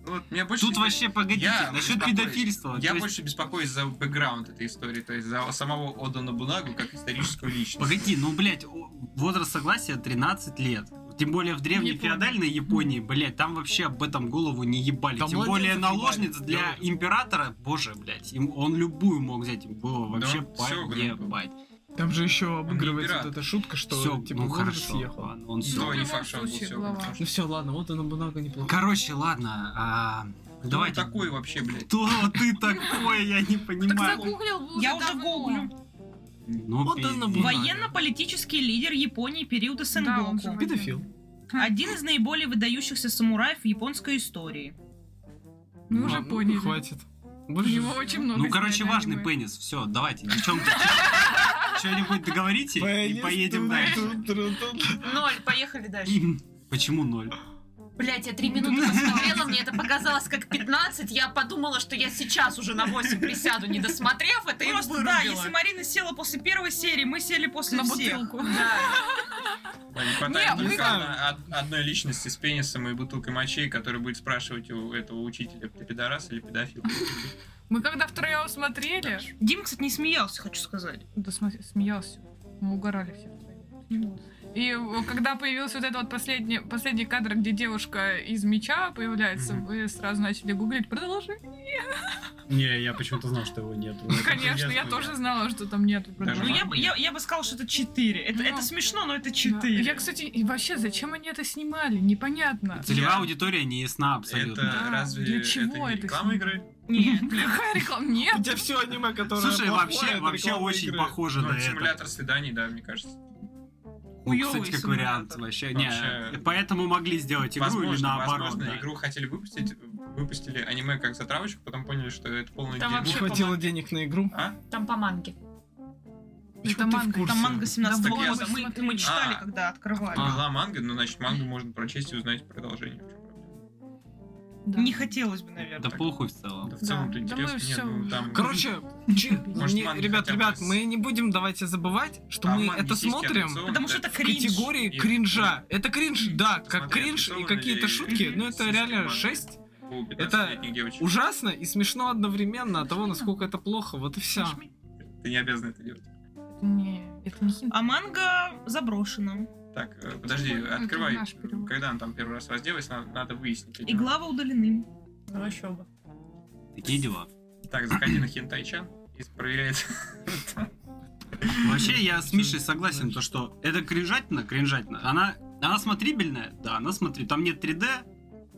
Speaker 4: ну вот меня больше...
Speaker 1: Тут вообще, погодите,
Speaker 4: Я
Speaker 1: насчет
Speaker 4: беспокоюсь.
Speaker 1: педофильства.
Speaker 4: Я
Speaker 1: то есть-
Speaker 4: больше беспокоюсь за бэкграунд этой истории, то есть за самого Ода Набунагу как историческую личность.
Speaker 1: Погоди, ну, блядь, о- возраст согласия 13 лет. Тем более в древней
Speaker 5: Япония.
Speaker 1: феодальной Японии, блядь, там вообще об этом голову не ебали.
Speaker 3: Да
Speaker 1: Тем более
Speaker 3: младенцев
Speaker 1: наложниц
Speaker 3: ебали,
Speaker 1: для
Speaker 3: да.
Speaker 1: императора, боже, блядь, им, он любую мог взять, им было вообще
Speaker 4: всё, блин.
Speaker 1: поебать.
Speaker 3: Там же еще обыгрывается
Speaker 4: пират.
Speaker 3: вот эта шутка,
Speaker 1: Все,
Speaker 3: что типа
Speaker 1: ну
Speaker 3: Голливуд
Speaker 1: хорошо,
Speaker 3: съехал.
Speaker 1: ладно, он
Speaker 4: Ну,
Speaker 1: все.
Speaker 5: в
Speaker 4: не
Speaker 5: любом
Speaker 4: факт, что он был
Speaker 5: случае,
Speaker 4: всё,
Speaker 5: глава.
Speaker 4: потому что-
Speaker 3: Ну все, ладно, вот она много неплохо.
Speaker 1: Короче, ладно, а,
Speaker 4: Кто он
Speaker 1: давайте.
Speaker 4: Ну, такой вообще, блядь?
Speaker 1: Кто ты такой, я не
Speaker 5: Так
Speaker 1: понимаю.
Speaker 5: загуглил бы
Speaker 9: Я уже
Speaker 5: давно.
Speaker 9: гуглю.
Speaker 1: Ну,
Speaker 3: Вот
Speaker 1: пиздец.
Speaker 3: она была.
Speaker 9: Военно-политический лидер Японии периода
Speaker 5: Да, он
Speaker 9: Сенгоку.
Speaker 5: же
Speaker 3: Педофил.
Speaker 9: Один из наиболее выдающихся самураев в японской истории.
Speaker 5: Мы Ну, уже
Speaker 3: Ладно,
Speaker 5: поняли.
Speaker 3: Ну, Хватит.
Speaker 5: У
Speaker 3: Больше
Speaker 5: него очень много.
Speaker 1: Ну, короче,
Speaker 5: знаний
Speaker 1: важный
Speaker 5: аниме.
Speaker 1: пенис. Все, давайте, девчонки, что-нибудь договорите и поедем дальше.
Speaker 9: Ноль, поехали дальше.
Speaker 1: Почему ноль?
Speaker 10: Блять, я три минуты посмотрела, мне это показалось как 15. Я подумала, что я сейчас уже на 8 присяду, не досмотрев это и
Speaker 9: Просто, да,
Speaker 10: вырубила.
Speaker 9: если Марина села после первой серии, мы сели после
Speaker 5: На
Speaker 9: всех.
Speaker 5: бутылку.
Speaker 10: Да.
Speaker 4: Да, Не хватает
Speaker 5: Не, мы-
Speaker 4: только одна- од- одной личности с пенисом и бутылкой мочей, который будет спрашивать у этого учителя, ты пидорас или педофил.
Speaker 5: Мы когда втроем смотрели,
Speaker 9: Дима, кстати, не смеялся, хочу сказать.
Speaker 5: да см- смеялся. Мы угорали все втроем. И э, когда появился вот этот вот последний, последний кадр, где девушка из меча появляется,
Speaker 4: Мгм.
Speaker 5: вы сразу начали гуглить продолжение.
Speaker 1: Не, я почему-то знал, что его нет.
Speaker 5: Ну,
Speaker 4: Ну,
Speaker 5: Конечно, я тоже знала, что там нету
Speaker 4: Даже
Speaker 9: Ну,
Speaker 5: продолжения.
Speaker 9: я, бы- я, я бы сказал, что это 4.
Speaker 5: Ну.
Speaker 9: Это, это смешно, но это
Speaker 5: Да.
Speaker 9: 4.
Speaker 5: Я, кстати, и вообще, зачем они это снимали? Непонятно.
Speaker 1: Целевая
Speaker 4: Я-
Speaker 1: аудитория не ясна
Speaker 4: Это
Speaker 1: абсолютно.
Speaker 4: разве
Speaker 5: для
Speaker 4: это
Speaker 5: чего
Speaker 4: не
Speaker 5: это
Speaker 4: реклама
Speaker 5: с ним?
Speaker 4: игры?
Speaker 9: Нет.
Speaker 5: Какая реклама? Нет.
Speaker 3: У тебя все аниме, которое
Speaker 1: Слушай,
Speaker 3: плохое,
Speaker 1: вообще,
Speaker 3: это
Speaker 1: вообще
Speaker 3: реклама
Speaker 1: очень
Speaker 3: игры.
Speaker 1: похоже
Speaker 4: Ну,
Speaker 1: на
Speaker 4: это
Speaker 1: это.
Speaker 4: симулятор свиданий, да, мне кажется.
Speaker 1: Ну,
Speaker 2: Хуёвый
Speaker 1: кстати, как
Speaker 2: симулятор.
Speaker 1: вариант вообще. Не,
Speaker 4: Вообще-
Speaker 1: поэтому могли сделать игру или
Speaker 4: Возможно,
Speaker 1: наоборот.
Speaker 4: возможно,
Speaker 1: да.
Speaker 4: игру хотели выпустить, выпустили аниме как затравочку, потом поняли, что это полный
Speaker 10: Там
Speaker 4: дерьмо.
Speaker 10: вообще
Speaker 3: Не хватило денег на игру.
Speaker 4: А?
Speaker 10: Там по манге.
Speaker 3: Почему ты в
Speaker 5: манга, там
Speaker 3: курсе?
Speaker 8: Там манга 17
Speaker 5: Да вот,
Speaker 8: года. Мы,
Speaker 5: смотри.
Speaker 8: мы читали,
Speaker 4: А.
Speaker 8: когда открывали.
Speaker 4: Была манга, ну значит мангу можно прочесть и узнать продолжение.
Speaker 8: Не хотелось бы, наверное.
Speaker 1: А. Да похуй в целом.
Speaker 4: Да, в целом-то
Speaker 5: Да мы
Speaker 4: интересно. Нет,
Speaker 5: всё-
Speaker 4: ну, там...
Speaker 3: Короче, чи-
Speaker 4: Может,
Speaker 3: не-
Speaker 4: манги
Speaker 3: ребят,
Speaker 4: хотя бы
Speaker 3: ребят,
Speaker 4: с-
Speaker 3: мы не будем, давайте забывать, что
Speaker 4: а
Speaker 3: мы
Speaker 4: манги
Speaker 3: это
Speaker 4: сиськи
Speaker 3: смотрим
Speaker 4: отрисованы,
Speaker 8: Потому что
Speaker 4: да.
Speaker 8: это
Speaker 3: в
Speaker 8: кринж.
Speaker 3: категории
Speaker 4: И-
Speaker 3: кринжа. Это кринж, да, как
Speaker 4: Смотри,
Speaker 3: кринж и
Speaker 4: отрисованы
Speaker 3: какие-то
Speaker 4: ли
Speaker 3: шутки, но это
Speaker 4: сиськи
Speaker 3: реально
Speaker 4: манги?
Speaker 3: 6.
Speaker 4: У 15-летних девочек.
Speaker 3: Ужасно и смешно одновременно от того, насколько это плохо, вот и все.
Speaker 4: Ты не обязан это делать.
Speaker 5: Не, это не хинт.
Speaker 8: А манга заброшена.
Speaker 4: Так, э, подожди,
Speaker 5: Это
Speaker 4: открывай.
Speaker 5: наш перевод.
Speaker 4: Когда она там первый раз разделась, на- надо выяснить. эти
Speaker 8: И главы удалены.
Speaker 1: А.
Speaker 10: Ну еще бы.
Speaker 1: Такие дела.
Speaker 4: моменты. Так, заходи на хентайчан и проверяй.
Speaker 1: Вообще, я с Мишей согласен, то что это кринжатина, кринжатина. Она, она смотрибельная, да, она смотри. Там нет 3D,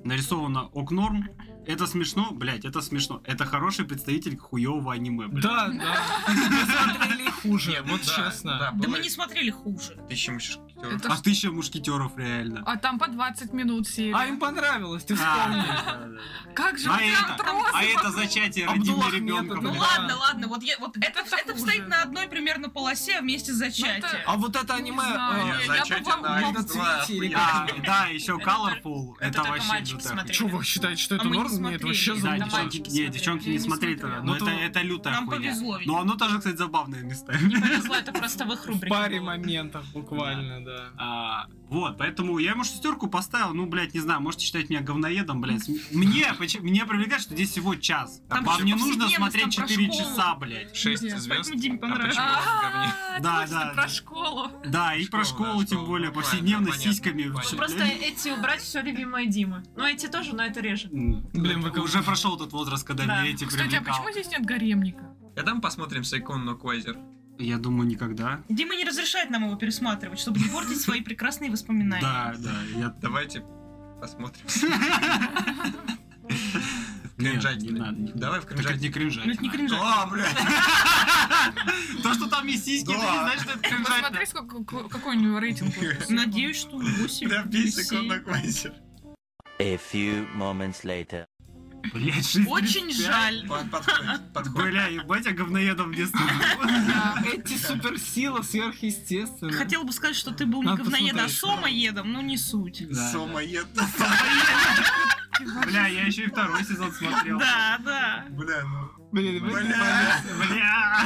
Speaker 1: нарисовано окнорм. Это смешно, блять, это смешно. Это хороший представитель хуевого аниме, блядь.
Speaker 3: Да, да. Мы смотрели и хуже, вот
Speaker 4: Да, Да,
Speaker 3: честно.
Speaker 8: Да
Speaker 4: было
Speaker 8: мы не смотрели хуже.
Speaker 4: тысяча мушкетеров.
Speaker 5: Это
Speaker 1: А
Speaker 5: ж-
Speaker 1: тысяча мушкетеров реально.
Speaker 5: А там по 20 минут серия.
Speaker 3: А им понравилось, ты вспомни.
Speaker 1: А, да, да, да.
Speaker 5: Как же
Speaker 1: А
Speaker 5: вы
Speaker 1: это-
Speaker 5: отросли?
Speaker 1: А это зачатие
Speaker 3: Абдуллах
Speaker 1: родимого
Speaker 3: метод,
Speaker 1: ребенка,
Speaker 3: ну
Speaker 1: блядь.
Speaker 8: Ну
Speaker 3: Да.
Speaker 8: ладно, ладно, вот, я, вот это,
Speaker 5: это
Speaker 8: это
Speaker 5: хуже.
Speaker 8: встает на одной примерно полосе вместе с
Speaker 5: Ну
Speaker 8: зачатием.
Speaker 5: это-
Speaker 3: А вот это аниме...
Speaker 5: знаю.
Speaker 3: э,
Speaker 5: Я бы вам-
Speaker 4: на
Speaker 5: вам
Speaker 4: X2
Speaker 3: зацените,
Speaker 4: охуенно.
Speaker 1: А, да, еще Colorful,
Speaker 10: это
Speaker 1: это,
Speaker 10: только
Speaker 1: вообще
Speaker 10: мальчики
Speaker 1: лютая
Speaker 10: смотрели.
Speaker 3: Чё, вы считаете, что это
Speaker 8: А мы не
Speaker 3: норм? Нет,
Speaker 8: смотрели.
Speaker 3: вообще
Speaker 1: хуйня.
Speaker 10: Да,
Speaker 1: Да,
Speaker 10: это
Speaker 3: забавно.
Speaker 10: мальчики
Speaker 1: девчонки,
Speaker 10: смотрели.
Speaker 1: не, девчонки
Speaker 5: Я
Speaker 1: не
Speaker 5: не
Speaker 1: смотрели
Speaker 5: смотрела.
Speaker 1: тогда.
Speaker 3: Ну
Speaker 1: Но это,
Speaker 3: то-
Speaker 1: это лютая
Speaker 8: Нам
Speaker 1: хуйня.
Speaker 8: повезло ведь.
Speaker 1: Но оно тоже, кстати, забавное местами.
Speaker 10: Повезло, это просто в их
Speaker 3: В
Speaker 10: рубрике.
Speaker 3: паре
Speaker 10: было.
Speaker 3: моментов буквально, да.
Speaker 1: А, вот, поэтому я ему шестерку поставил, ну, блядь, не знаю, можете считать меня говноедом, блядь. См- Мне, поч- мне привлекает, что здесь всего час. А
Speaker 8: Там
Speaker 1: Вам
Speaker 8: ещё
Speaker 1: не
Speaker 8: про
Speaker 1: нужно
Speaker 8: повседневность,
Speaker 1: смотреть
Speaker 8: там про
Speaker 1: 4
Speaker 8: школу.
Speaker 1: часа, блядь.
Speaker 4: Шесть
Speaker 5: Нет,
Speaker 4: звезд.
Speaker 8: поэтому Диме
Speaker 4: А
Speaker 8: понравилось.
Speaker 4: почему он говне?
Speaker 5: А,
Speaker 1: Да,
Speaker 5: точно,
Speaker 1: да,
Speaker 5: про
Speaker 1: да.
Speaker 5: школу.
Speaker 1: Да, и про
Speaker 4: Школа, да,
Speaker 1: школу, тем
Speaker 4: школа,
Speaker 1: более,
Speaker 4: ну,
Speaker 1: повседневно с
Speaker 4: понятно,
Speaker 1: сиськами.
Speaker 4: понятно.
Speaker 10: Ну,
Speaker 1: Всё,
Speaker 10: Просто
Speaker 1: блядь.
Speaker 10: эти убрать все любимое Димы. Ну эти тоже, но это реже.
Speaker 1: М,
Speaker 3: Блин, вы кого-
Speaker 1: уже прошел тот возраст, когда
Speaker 10: Да.
Speaker 1: меня эти
Speaker 5: Кстати, а
Speaker 1: привлекал.
Speaker 5: почему здесь нет гаремника?
Speaker 4: Когда мы посмотрим Сайкон но Квайзер?
Speaker 1: Я думаю, никогда.
Speaker 8: Дима не разрешает нам его пересматривать, чтобы не портить свои прекрасные воспоминания.
Speaker 1: Да, да, я...
Speaker 4: Давайте посмотрим.
Speaker 1: Нет,
Speaker 4: Кринжатина.
Speaker 1: не надо. не-
Speaker 4: Давай в
Speaker 1: Так это не
Speaker 4: кринжатину.
Speaker 8: Ну, это не
Speaker 1: кринжатина.
Speaker 8: кринжатина.
Speaker 4: А, блядь.
Speaker 1: То, что там есть сиськи, это не
Speaker 4: Да.
Speaker 1: значит, А что это кринжатина.
Speaker 5: Посмотри, Ну, сколько, к- какой у него рейтинг.
Speaker 8: Надеюсь, что 8.
Speaker 4: Прям весь Сайкон но Квайзер.
Speaker 7: A few moments later.
Speaker 1: Блядь, жизнь
Speaker 8: Очень
Speaker 1: тридцать пять.
Speaker 8: жаль.
Speaker 4: Под- Подходит, подходит.
Speaker 1: Бля, ебать, я говноедом в детстве был.
Speaker 3: Да, Эти суперсилы сверхъестественные.
Speaker 8: Хотел бы сказать, что ты был не
Speaker 3: Надо
Speaker 8: говноед, а
Speaker 3: посмотреть, да.
Speaker 8: сомоедом, но не суть.
Speaker 1: Да, да.
Speaker 4: Сомоед.
Speaker 1: Бля, я еще и второй сезон смотрел.
Speaker 8: Да, да.
Speaker 4: Бля, ну.
Speaker 3: Блин, вы-
Speaker 4: Бля.
Speaker 1: Бля,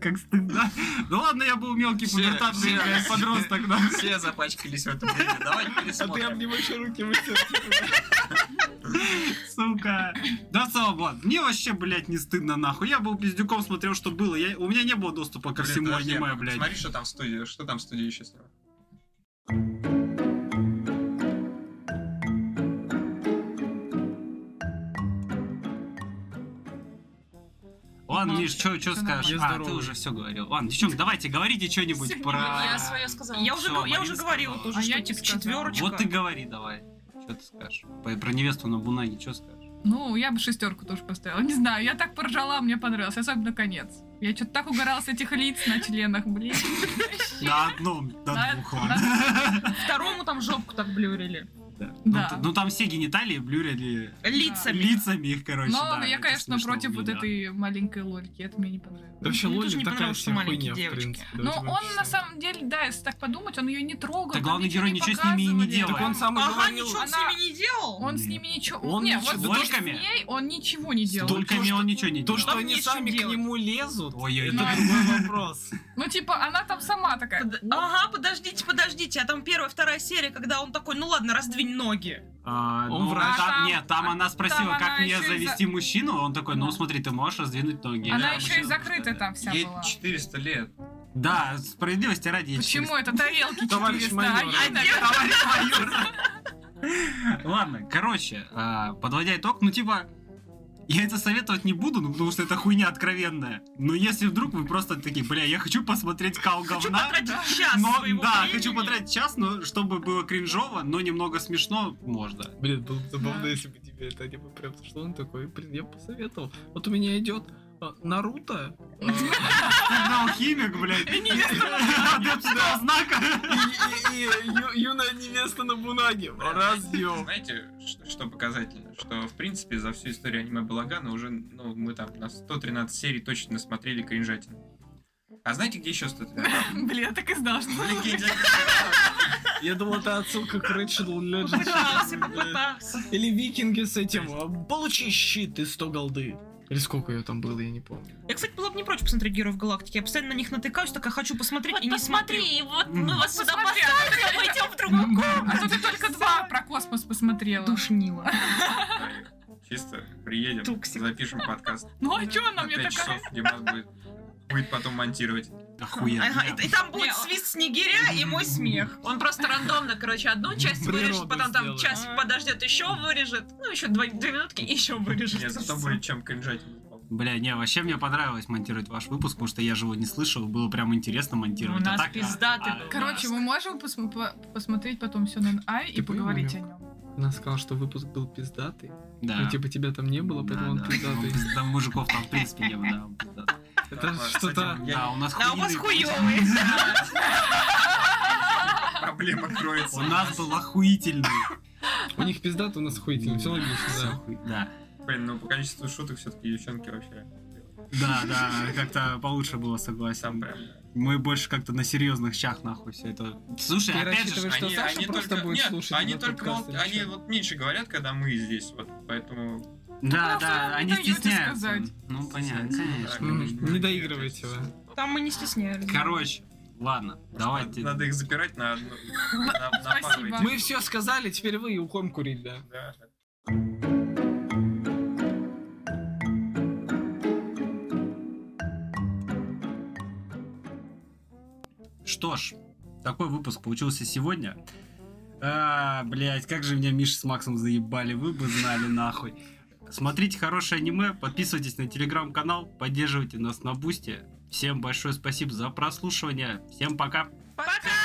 Speaker 1: как стыдно. Ну ладно, я был мелкий
Speaker 4: Все,
Speaker 1: пубертатный
Speaker 4: все.
Speaker 1: блядь, подросток, да.
Speaker 4: Все запачкались в этом деле. Давай
Speaker 3: А ты
Speaker 4: пересмотрим.
Speaker 3: обнимаешь руки вытер.
Speaker 1: Сука. Да, в целом, ладно. Мне вообще, блядь, не стыдно, нахуй. Я был пиздюком, смотрел, что было. Я- У меня не было доступа ко
Speaker 4: Блин,
Speaker 1: всему
Speaker 4: подожди,
Speaker 1: аниме, блядь.
Speaker 4: Смотри, что там в студии, что там в студии еще снимают.
Speaker 1: Ладно, Миш, что
Speaker 5: всё
Speaker 1: скажешь?
Speaker 3: нормально.
Speaker 1: А, ты
Speaker 3: Я
Speaker 1: уже все говорил. Ладно, девчонки, давайте, говорите что-нибудь про...
Speaker 10: Я свое сказала.
Speaker 8: Я уже,
Speaker 1: Всё,
Speaker 8: го- я
Speaker 1: Марина
Speaker 8: уже говорила
Speaker 1: сказала.
Speaker 8: тоже,
Speaker 5: А
Speaker 8: что
Speaker 5: я не
Speaker 8: типа
Speaker 5: сказала.
Speaker 8: четверочка.
Speaker 1: Вот ты говори давай. Что ты скажешь? По- Про невесту на Бунане что скажешь?
Speaker 5: Ну, я бы шестерку тоже поставила. Не знаю, я так поржала, мне понравилось, особенно конец. Я что-то так угорала с этих лиц на членах, блин.
Speaker 1: На одном, на
Speaker 5: На-
Speaker 1: двух,
Speaker 5: на-
Speaker 1: ладно.
Speaker 8: Второму там жопку так блюрили.
Speaker 1: Да.
Speaker 5: Да.
Speaker 1: Ну, т- Ну там все гениталии блюрили
Speaker 8: Лицами.
Speaker 1: лицами их, короче,
Speaker 5: Но
Speaker 1: да,
Speaker 5: я,
Speaker 1: это
Speaker 5: конечно,
Speaker 1: смешно
Speaker 5: против вот
Speaker 1: выглядело.
Speaker 5: этой маленькой лольки, это мне не понравилось.
Speaker 3: Вообще
Speaker 8: Мне тоже
Speaker 3: Лоли
Speaker 8: Ну, не
Speaker 3: такая
Speaker 8: понравилось, что
Speaker 3: вся хуйня,
Speaker 8: маленькие
Speaker 3: в
Speaker 8: девочки. Ну,
Speaker 3: принципе.
Speaker 5: Но
Speaker 3: Давайте
Speaker 5: он
Speaker 3: вообще.
Speaker 5: на самом деле, да, если так подумать, он ее не трогал.
Speaker 1: Так
Speaker 5: там
Speaker 1: главный герой
Speaker 5: не
Speaker 1: ничего с ними и не
Speaker 5: показывали.
Speaker 1: делал.
Speaker 3: Так он сам и
Speaker 8: Ага,
Speaker 3: говорил.
Speaker 8: ничего он с
Speaker 5: Она-
Speaker 8: ними не делал.
Speaker 5: Он с ними ничего...
Speaker 3: Он
Speaker 5: не,
Speaker 3: ничего-
Speaker 5: вот
Speaker 1: С
Speaker 5: только с
Speaker 1: дольками?
Speaker 5: ней он ничего не
Speaker 1: С
Speaker 5: делал.
Speaker 1: дольками он ничего не
Speaker 3: То,
Speaker 1: делал.
Speaker 3: что
Speaker 8: Там
Speaker 3: они
Speaker 8: нечего
Speaker 3: сами к
Speaker 8: делать.
Speaker 3: нему лезут,
Speaker 1: Ой-ой-ой.
Speaker 3: это другой вопрос.
Speaker 5: Ну, типа, она там сама такая...
Speaker 8: Под- Ага, подождите, подождите, а там первая, вторая серия, когда он такой, ну ладно, раздвинь ноги.
Speaker 1: А,
Speaker 3: Он
Speaker 1: ну,
Speaker 3: врач.
Speaker 1: там-
Speaker 5: А там-
Speaker 1: Нет, там она спросила,
Speaker 5: там
Speaker 1: как
Speaker 5: она
Speaker 1: мне
Speaker 5: ещё и за-
Speaker 1: завести мужчину. Он такой, ну смотри, ты можешь раздвинуть ноги.
Speaker 5: Она
Speaker 1: Да,
Speaker 5: еще и
Speaker 1: мужчина
Speaker 5: закрытая
Speaker 1: может, да.
Speaker 5: там вся
Speaker 4: Ей
Speaker 5: была.
Speaker 4: 400 лет.
Speaker 1: Да, справедливости ради. я
Speaker 5: Почему это тарелки
Speaker 3: Товарищ
Speaker 5: 400,
Speaker 3: майор.
Speaker 5: а ей
Speaker 1: Товарищ майор. Ладно, короче, а, подводя итог, ну типа, я это советовать не буду, ну потому что это хуйня откровенная. Но если вдруг вы просто такие, бля, я хочу посмотреть кал
Speaker 8: Хочу
Speaker 1: говна,
Speaker 8: потратить час
Speaker 1: но,
Speaker 8: своего
Speaker 1: да,
Speaker 8: времени.
Speaker 1: хочу потратить час, но чтобы было кринжово, но немного смешно, можно.
Speaker 3: Блин, было бы забавно,
Speaker 5: Да.
Speaker 3: если бы тебе это не бы прям зашло, он такой, блин, я бы посоветовал. Вот у меня идет, э, Наруто а,
Speaker 1: Алхимик, блядь. Адепт Седьмого знака.
Speaker 3: и- и и ю- юная невеста на Бунаге. Разъем.
Speaker 4: Знаете, ш- что показательно? Что, в принципе, за всю историю аниме Балагана уже, ну, мы там на 113 серий точно насмотрели кринжатин. А знаете, где еще 113?
Speaker 5: Блин, я так и знала, что...
Speaker 4: Легенда.
Speaker 3: Я думал, это отсылка к Рэчел Legends.
Speaker 9: Попытался, попытался.
Speaker 3: Или викинги с этим. а, Получи щит и 100 голды. Или сколько ее там было, я не помню.
Speaker 9: Я, кстати, была бы не прочь посмотреть Героев Галактики. Я постоянно на них натыкаюсь, такая хочу посмотреть
Speaker 10: Вот
Speaker 9: и не смотрю.
Speaker 10: посмотри, вот мы вас сюда
Speaker 5: Посмотри, а
Speaker 10: поставили, а мы идем в другую
Speaker 5: А то ты только два про космос посмотрела.
Speaker 9: Душнила.
Speaker 4: Чисто приедем,
Speaker 9: Туксик.
Speaker 4: запишем подкаст.
Speaker 5: Ну а чё
Speaker 4: На
Speaker 5: она мне
Speaker 4: 5
Speaker 5: такая?
Speaker 4: часов Димас будет будет потом монтировать.
Speaker 1: Охуенно.
Speaker 9: Ага, и- И там будет
Speaker 10: Не, он-
Speaker 9: свист снегиря и мой смех.
Speaker 10: Он просто рандомно, короче, одну часть
Speaker 3: Природу
Speaker 10: вырежет, потом там
Speaker 3: сделает.
Speaker 10: часть подождет, еще вырежет, ну еще два- две минутки и еще вырежет.
Speaker 4: Нет, зато будет чем кринжатин.
Speaker 1: Бля, не, вообще мне понравилось монтировать ваш выпуск, потому что я же его не слышал, было прям интересно монтировать.
Speaker 8: Ну,
Speaker 10: У
Speaker 1: А
Speaker 10: нас
Speaker 1: так, а-
Speaker 10: пиздатый
Speaker 1: а-
Speaker 5: Короче, мы можем посм- по- посмотреть потом все на Ай и
Speaker 3: Ты понял
Speaker 5: поговорить о
Speaker 3: намёк?
Speaker 5: нем.
Speaker 3: Она сказала, что выпуск был пиздатый.
Speaker 1: да.
Speaker 3: Ну, типа, тебя там не было,
Speaker 1: Да,
Speaker 3: поэтому он
Speaker 1: да. Ну,
Speaker 3: пиздатый.
Speaker 1: Да, мужиков там в принципе не было. да, он пиздатый.
Speaker 3: Это
Speaker 4: С этим
Speaker 3: что-то...
Speaker 4: я-
Speaker 1: Да, у нас
Speaker 9: А у вас
Speaker 1: хуёвый.
Speaker 9: хуёвые.
Speaker 4: Проблема кроется.
Speaker 1: У нас был охуительный.
Speaker 3: У них пиздатый, у нас охуительный.
Speaker 1: Всё
Speaker 3: Все логично,
Speaker 1: хуй- Да.
Speaker 4: Блин, ну по количеству шуток все-таки девчонки вообще
Speaker 1: Да, да, как-то получше было, согласен.
Speaker 4: сам прям.
Speaker 1: Мы больше как-то на серьезных щах, нахуй, все это. Слушай,
Speaker 3: Ты
Speaker 1: опять же,
Speaker 3: рассчитываешь, что Саша просто будет
Speaker 4: нет,
Speaker 3: слушать
Speaker 4: они
Speaker 3: этот
Speaker 4: только
Speaker 3: подкаст
Speaker 4: мол-
Speaker 3: или
Speaker 4: они
Speaker 3: что?
Speaker 4: вот меньше говорят, когда мы здесь, вот поэтому
Speaker 1: да,
Speaker 5: просто
Speaker 1: да,
Speaker 5: не
Speaker 1: они
Speaker 5: даёте
Speaker 1: стесняются.
Speaker 5: сказать.
Speaker 1: Ну, понятно,
Speaker 4: да,
Speaker 1: конечно.
Speaker 3: М,
Speaker 4: конечно,
Speaker 3: не
Speaker 4: они
Speaker 3: доигрывайте
Speaker 4: отец.
Speaker 3: вы.
Speaker 9: Там мы не стеснялись.
Speaker 1: Короче, ладно, давайте.
Speaker 4: Надо их запирать на одну. на- на пару
Speaker 5: Спасибо.
Speaker 4: этих,
Speaker 3: Мы все сказали, теперь вы и уходим курить, да.
Speaker 4: да.
Speaker 1: Что ж, такой выпуск получился сегодня. А, блять, как же меня Миша с Максом заебали, вы бы знали нахуй. Смотрите хорошее аниме, подписывайтесь на телеграм-канал, поддерживайте нас на бусте. Всем большое спасибо за прослушивание. Всем пока.
Speaker 9: Пока!